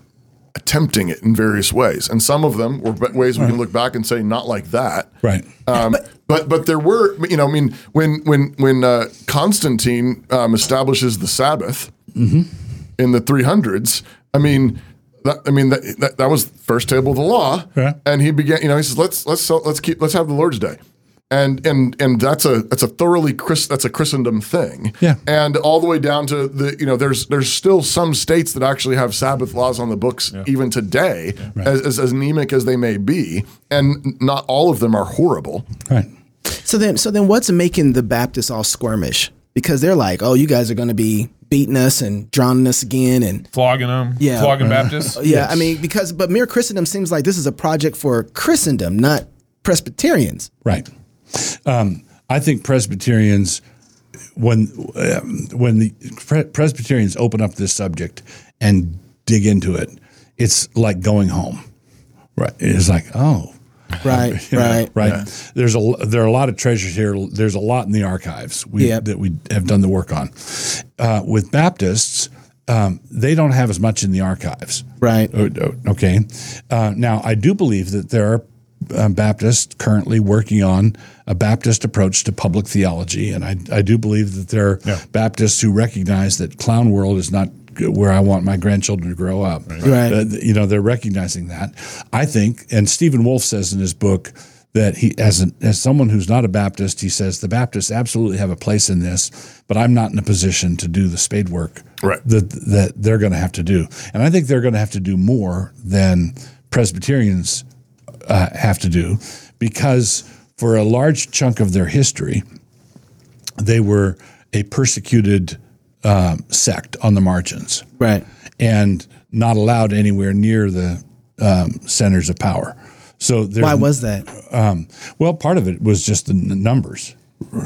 B: attempting it in various ways. And some of them were b- ways we can look back and say, not like that.
E: Right.
B: Um, but but there were you know I mean when when when uh, Constantine um, establishes the Sabbath
E: Mm-hmm.
B: in the 300s I mean that I mean that that, that was the first table of the law
E: Yeah.
B: and he began you know he says let's let's cel- let's keep let's have the Lord's Day and and and that's a that's a thoroughly Chris that's a Christendom thing
E: Yeah.
B: and all the way down to the you know there's there's still some states that actually have Sabbath laws on the books even today as, as as anemic as they may be and not all of them are horrible
E: Right.
C: So then, so then, what's making the Baptists all squirmish? Because they're like, "Oh, you guys are going to be beating us and drowning us again," and
D: Flogging them.
C: Yeah.
D: Flogging
E: Uh,
D: Baptists.
C: yeah, I mean, because but mere Christendom seems like this is a project for Christendom, not Presbyterians.
E: Right. Um, I think Presbyterians, when um, when the pre- Presbyterians open up this subject and dig into it, it's like going home. Right. It's like oh.
C: Right.
E: you know,
C: right.
E: right. There's a l- there are a lot of treasures here. There's a lot in the archives we,
C: Yep.
E: that we have done the work on. Uh, with Baptists, um, they don't have as much in the archives. Oh,
C: Right.
E: O- o- Okay. Uh, now, I do believe that there are um, Baptist currently working on a Baptist approach to public theology, and I, I do believe that there are Baptists who recognize that clown world is not where I want my grandchildren to grow up.
C: Right.
E: Uh, you know, they're recognizing that. I think, and Stephen Wolf says in his book that he, as an, as someone who's not a Baptist, he says the Baptists absolutely have a place in this, but I'm not in a position to do the spade work
B: Right.
E: that that they're going to have to do, and I think they're going to have to do more than Presbyterians uh, have to do, because for a large chunk of their history, they were a persecuted um, sect on the margins
C: Right.
E: and not allowed anywhere near the um, centers of power. So there's-
C: Why was that?
E: um, well, part of it was just the n- numbers,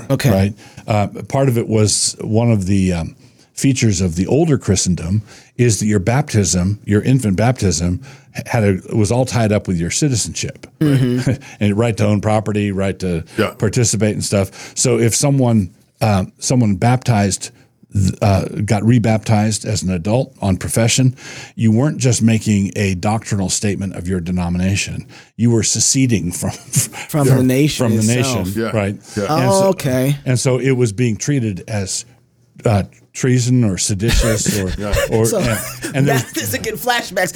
C: Okay.
E: right? Uh, part of it was one of the um, features of the older Christendom is that your baptism, your infant baptism, h- had a was all tied up with your citizenship
C: Mm-hmm.
E: and right to own property, right to
B: Yeah.
E: participate and stuff. So if someone um, someone baptized. th- Uh, got rebaptized as an adult on profession, you weren't just making a doctrinal statement of your denomination. You were seceding from
C: From the nation
E: from the
C: itself.
E: nation,
B: Yeah.
E: right?
B: Yeah.
E: And so-
C: Oh, okay.
E: and so it was being treated as uh, treason or seditious or or
C: So,
E: and, and, there was-
C: this again flashbacks.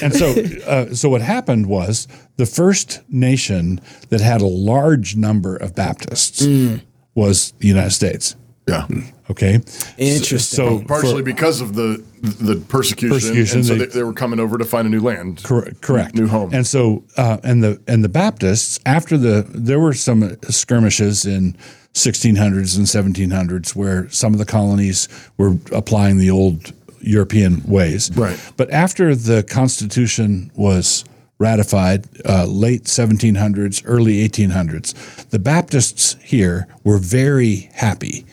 E: and so uh, so what happened was the first nation that had a large number of Baptists
C: Mm.
E: was the United States.
B: Yeah.
E: Okay,
C: Interesting.
E: So,
B: Partially
E: for-
B: because of the the persecution,
E: Persecution,
B: and so
E: they-
B: they, they were coming over to find a new land.
E: Cor- correct.
B: New home.
E: And so, uh, and the and the Baptists after the there were some skirmishes in 1600s and 1700s where some of the colonies were applying the old European ways.
B: Right.
E: But after the Constitution was ratified, uh, late 1700s, early 1800s, the Baptists here were very happy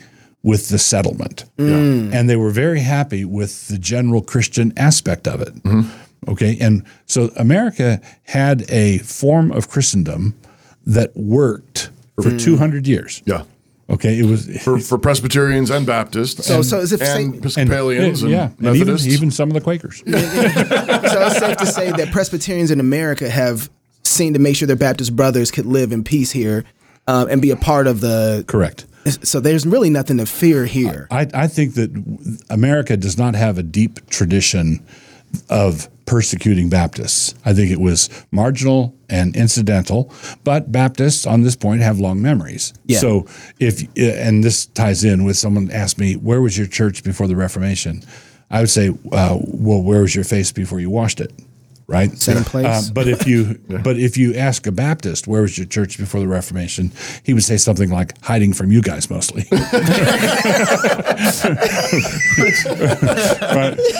E: with the settlement.
B: Mm.
E: And they were very happy with the general Christian aspect of it.
B: Mm-hmm.
E: Okay. And so America had a form of Christendom that worked for 200 years.
B: Mm. Yeah.
E: Okay. It was.
B: For, for Presbyterians and Baptists,
C: So-
B: and,
C: so is it
B: and
C: saying-
B: Episcopalians, and,
E: yeah, and even,
B: Methodists,
E: even some of the Quakers.
C: so it's safe to say that Presbyterians in America have seen to make sure their Baptist brothers could live in peace here um, and be a part of the.
E: Correct.
C: So there's really nothing to fear here.
E: I, I think that w- America does not have a deep tradition of persecuting Baptists. I think it was marginal and incidental, but Baptists on this point have long memories.
C: Yeah.
E: So if uh, and this ties in with someone asked me, "Where was your church before the Reformation?" I would say, uh, "Well, where was your face before you washed it?" Right.
C: Same place.
E: Uh, but if you but if you ask a Baptist, "Where was your church before the Reformation?" He would say something like, "Hiding from you guys mostly." right?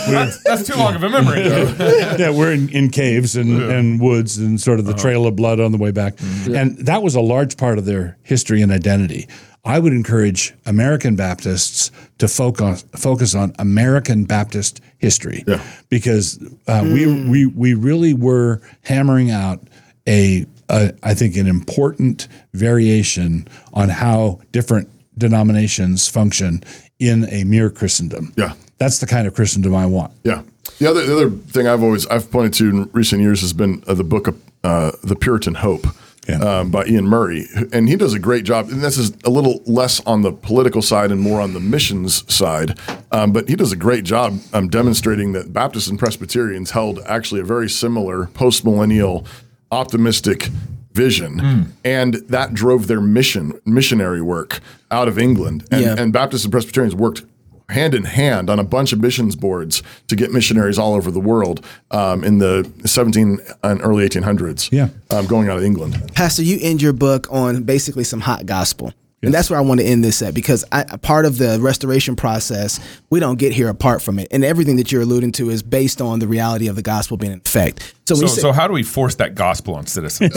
E: We're,
D: That's too long of a memory. though.
E: yeah, we're in, in caves and, and woods and sort of the trail of blood on the way back. And that was a large part of their history and identity. I would encourage American Baptists to focus focus on American Baptist history because uh, we, we we really were hammering out a, a I think an important variation on how different denominations function in a mere Christendom.
B: Yeah.
E: That's the kind of Christendom I want.
B: Yeah. The other the other thing I've always I've pointed to in recent years has been uh, the book of uh, the Puritan Hope.
E: Yeah.
B: Um, by Ian Murray, and he does a great job. And this is a little less on the political side and more on the missions side, um, but he does a great job um, demonstrating that Baptists and Presbyterians held actually a very similar post millennial, optimistic vision, and that drove their mission missionary work out of England. And,
C: Yeah.
B: and Baptists and Presbyterians worked hand in hand on a bunch of missions boards to get missionaries all over the world um, in the 17 and early 1800s.
E: Yeah.
B: um, going out of England.
C: Pastor, you end your book on basically some hot gospel. And that's where I want to end this at because I, a part of the restoration process, we don't get here apart from it. And everything that you're alluding to is based on the reality of the gospel being in effect. So, when
D: So,
C: you say,
D: so how do we force that gospel on citizens?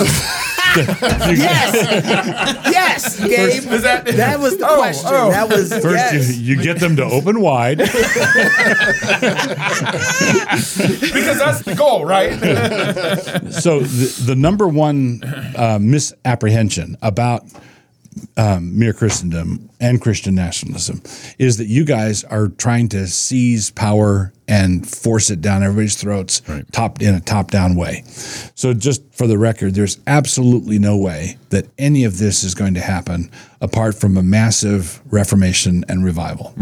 C: yes, yes, Gabe,
D: Is that-
C: that was the
D: Oh,
C: question.
D: oh.
C: That was
E: First,
C: yes.
E: you, you get them to open wide.
D: because that's the goal, right?
E: so the, the number one uh, misapprehension about um, mere Christendom and Christian nationalism is that you guys are trying to seize power and force it down everybody's throats, top in a top-down way. So, just for the record, there's absolutely no way that any of this is going to happen apart from a massive reformation and revival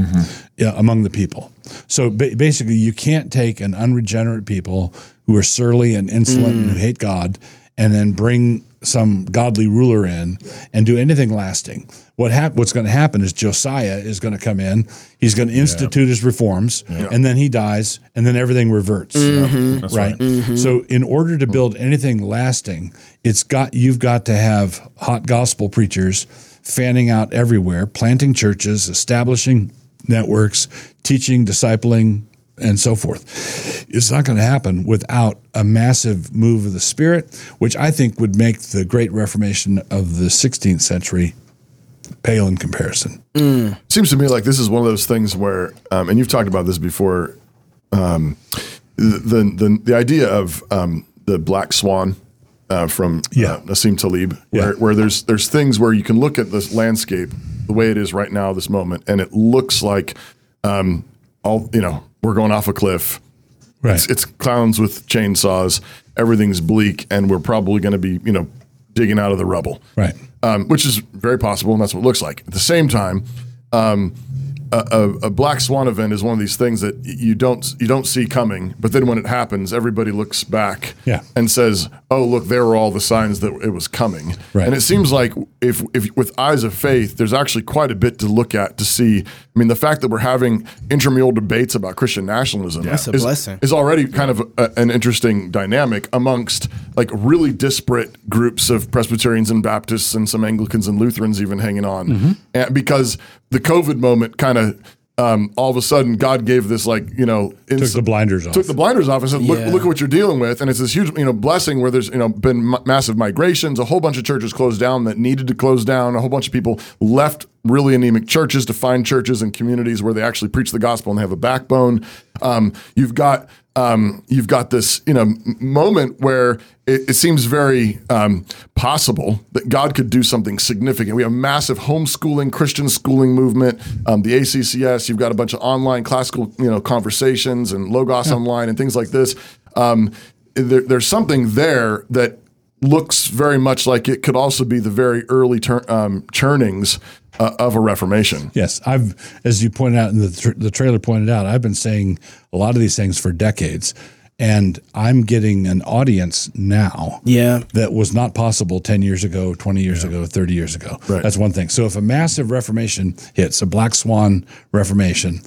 E: yeah, among the people. So ba- basically, you can't take an unregenerate people who are surly and insolent and who hate God and then bring some godly ruler in and do anything lasting. What hap- what's going to happen is Josiah is going to come in. He's going to institute his reforms, and then he dies, and then everything reverts. Mm-hmm.
K: Mhm. That's
E: Right.
K: right. Mhm.
E: So, in order to build anything lasting, it's got you've got to have hot gospel preachers fanning out everywhere, planting churches, establishing networks, teaching, discipling, and so forth. It's not going to happen without a massive move of the Spirit, which I think would make the Great Reformation of the 16th century pale in comparison.
B: Seems to me like this is one of those things where, um, and you've talked about this before, um, the, the the the idea of um, the black swan uh, from yeah. uh, Nassim Talib, where, where there's there's things where you can look at this landscape the way it is right now, this moment, and it looks like um, all you know we're going off a cliff.
E: Right.
B: It's, it's clowns with chainsaws. Everything's bleak, and we're probably going to be you know digging out of the rubble
E: Right.
B: um, which is very possible, and that's what it looks like. At the same time, um, a, a, a black swan event is one of these things that y- you don't you don't see coming, but then when it happens, everybody looks back
E: Yeah.
B: and says, "Oh, look, there were all the signs that it was coming."
E: Right.
B: And it seems like if if with eyes of faith, there's actually quite a bit to look at to see. I mean, the fact that we're having intramural debates about Christian nationalism
C: That's a
B: is,
C: blessing.
B: is already kind of a, an interesting dynamic amongst like really disparate groups of Presbyterians and Baptists and some Anglicans and Lutherans even hanging on,
C: Mm-hmm.
B: and because the COVID moment kind of. Um, all of a sudden, God gave this like you know
E: Took the blinders off.
B: Took the blinders off and said, "Look,
E: Yeah.
B: look at what you're dealing with." And it's this huge, you know, blessing where there's you know been m- massive migrations, a whole bunch of churches closed down that needed to close down, a whole bunch of people left really anemic churches to find churches and communities where they actually preach the gospel and have a backbone. Um, you've got um, you've got this you know m- moment where it, it seems very um, possible that God could do something significant. We have a massive homeschooling Christian schooling movement, um, the ACCS. You've got a bunch of online classical you know conversations and Logos online and things like this. Um, there, there's something there that looks very much like it could also be the very early tur- um, churnings uh, of a Reformation.
E: Yes, I've, as you pointed out, and the, tr the trailer pointed out, I've been saying a lot of these things for decades, and I'm getting an audience now.
C: Yeah.
E: that was not possible ten years ago, twenty years ago, thirty years ago. Right. That's one thing. So if a massive Reformation hits, a Black Swan Reformation.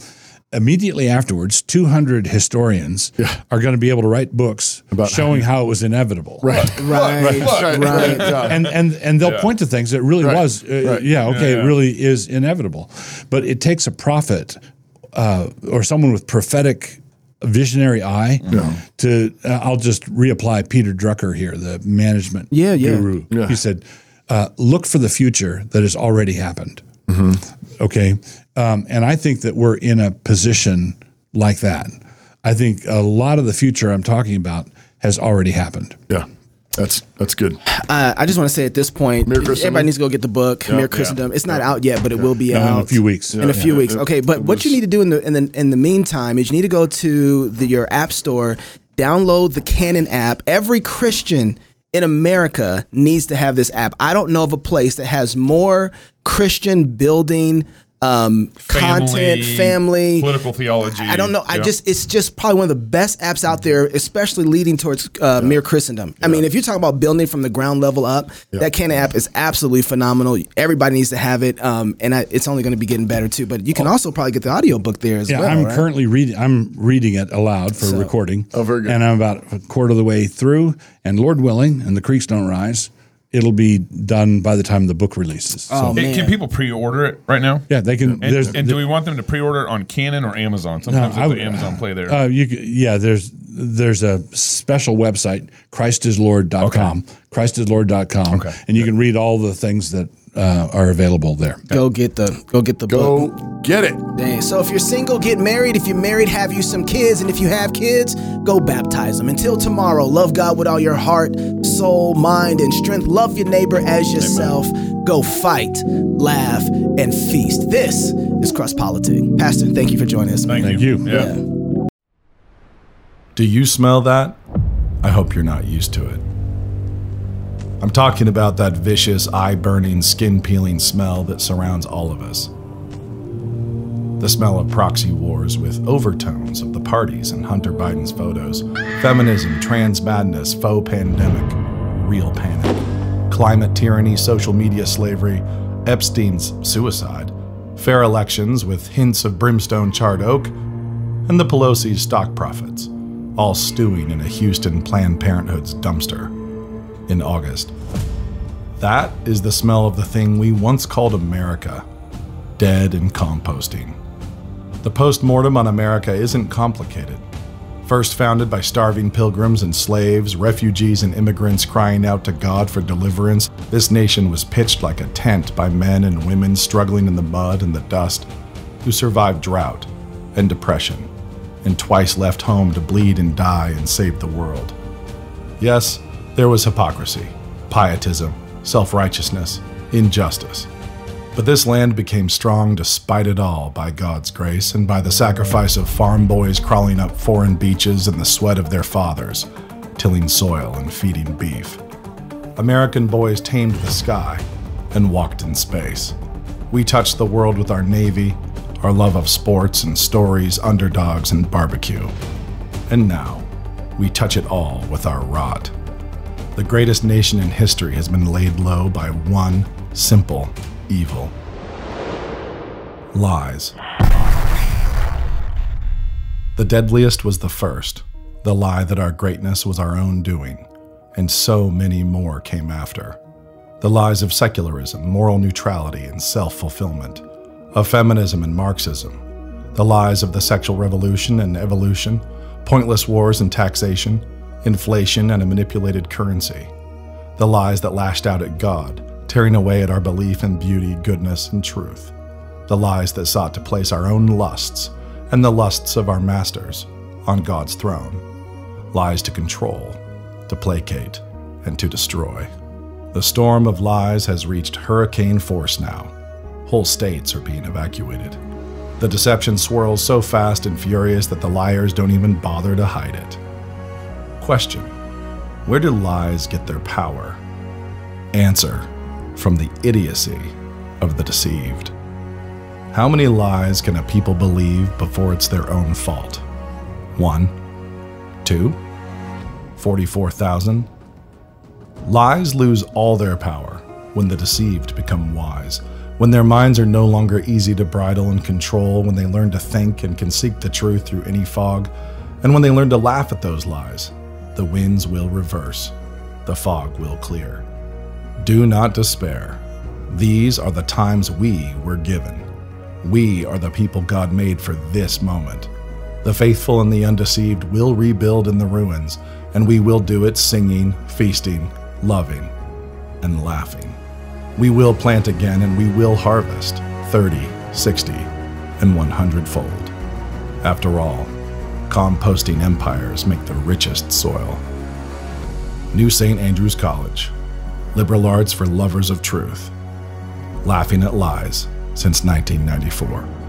E: Immediately afterwards, 200 historians are going to be able to write books showing how it was inevitable.
B: Right,
C: Right, right.
E: and and and they'll
C: Yeah.
E: point to things that really
C: Right.
E: was uh,
C: Right.
E: yeah okay
C: Yeah,
E: it
C: yeah.
E: really is inevitable but it takes a prophet uh, or someone with prophetic visionary eye to uh, i'll just reapply peter drucker here the management
C: Yeah, yeah.
E: guru
C: Yeah.
E: he said uh, look for the future that has already happened
C: Mm-hmm.
E: okay um, and i think that we're in a position like that i think a lot of the future i'm talking about has already happened
B: yeah that's that's good
C: Uh, I just want to say at this point, everybody needs to go get the book,
E: Yeah,
C: Mere Christendom. It's not out yet, but it will be
E: No, in a
C: out
E: few weeks.
C: In
E: Yeah.
C: a few
E: Yeah.
C: weeks,
E: It-
C: okay. But
E: it
C: what you need to do in the in the in the meantime is you need to go to the, your app store, download the Canon app. Every Christian in America needs to have this app. I don't know of a place that has more Christian building. Um, content, family,
D: political theology.
C: I don't know. I
D: Yeah.
C: just it's just probably one of the best apps out there, especially leading towards uh, mere Christendom. I mean, if you talk about building from the ground level up, that kind of app is absolutely phenomenal. Everybody needs to have it, um, and I, it's only going to be getting better too. But you can also probably get the audiobook there as
E: yeah,
C: well.
E: I'm
C: right?
E: currently reading. I'm reading it aloud for recording. Oh, very
B: good.
E: And I'm about a quarter of the way through, and Lord willing, and the creeks don't rise, it'll be done by the time the book releases.
C: Oh,
D: Hey, can people pre-order it right now?
E: Yeah, they can.
D: And,
E: There's,
D: and do we want them to pre-order it on Canon or Amazon? Sometimes
E: I
D: I
E: would-
D: the Amazon play there.
E: Uh, you, c- yeah, there's there's a special website, christislord.com, christislord.com,
D: Okay.
E: and you can read all the things that uh, are available there.
C: Go get the go get the
B: go get it.
C: Dang. So if you're single, get married. If you're married, have you some kids. And if you have kids, go baptize them. Until tomorrow, love God with all your heart, soul, mind, and strength. Love your neighbor as yourself. Go fight, laugh, and feast. This is Cross Politic. Pastor, thank you for joining us.
E: Thank you. Yeah.
K: Do you smell that? I hope you're not used to it. I'm talking about that vicious, eye burning, skin peeling smell that surrounds all of us. The smell of proxy wars with overtones of the parties in Hunter Biden's photos, feminism, trans madness, faux pandemic, real panic, climate tyranny, social media slavery, Epstein's suicide, fair elections with hints of brimstone charred oak, and the Pelosi's stock profits, all stewing in a Houston Planned Parenthood's dumpster in August. That is the smell of the thing we once called America dead and composting. The post mortem on America isn't complicated. First founded by starving pilgrims and slaves, refugees and immigrants crying out to God for deliverance, this nation was pitched like a tent by men and women struggling in the mud and the dust who survived drought and depression and twice left home to bleed and die and save the world. Yes, there was hypocrisy, pietism, self righteousness, injustice. But this land became strong despite it all by God's grace and by the sacrifice of farm boys crawling up foreign beaches in the sweat of their fathers, tilling soil and feeding beef. American boys tamed the sky and walked in space. We touched the world with our Navy, our love of sports and stories, underdogs and barbecue. And now, we touch it all with our rot. The greatest nation in history has been laid low by one simple evil lies. The deadliest was the first, the lie that our greatness was our own doing, and so many more came after. The lies of secularism, moral neutrality, and self fulfillment, of feminism and Marxism, the lies of the sexual revolution and evolution, pointless wars and taxation, inflation and a manipulated currency, the lies that lashed out at God, tearing away at our belief in beauty, goodness, and truth, the lies that sought to place our own lusts and the lusts of our masters on God's throne, lies to control, to placate, and to destroy. The storm of lies has reached hurricane force now. Whole states are being evacuated. The deception swirls so fast and furious that the liars don't even bother to hide it. Question Where do lies get their power? Answer From the idiocy of the deceived. How many lies can a people believe before it's their own fault? One, two, 44,000? Lies lose all their power when the deceived become wise, when their minds are no longer easy to bridle and control, when they learn to think and can seek the truth through any fog, and when they learn to laugh at those lies the winds will reverse, the fog will clear. Do not despair. These are the times we were given. We are the people God made for this moment. The faithful and the undeceived will rebuild in the ruins, and we will do it singing, feasting, loving, and laughing. We will plant again and we will harvest 30, 60, and 100 fold. After all, composting empires make the richest soil. New St. Andrews College, liberal arts for lovers of truth, laughing at lies since 1994.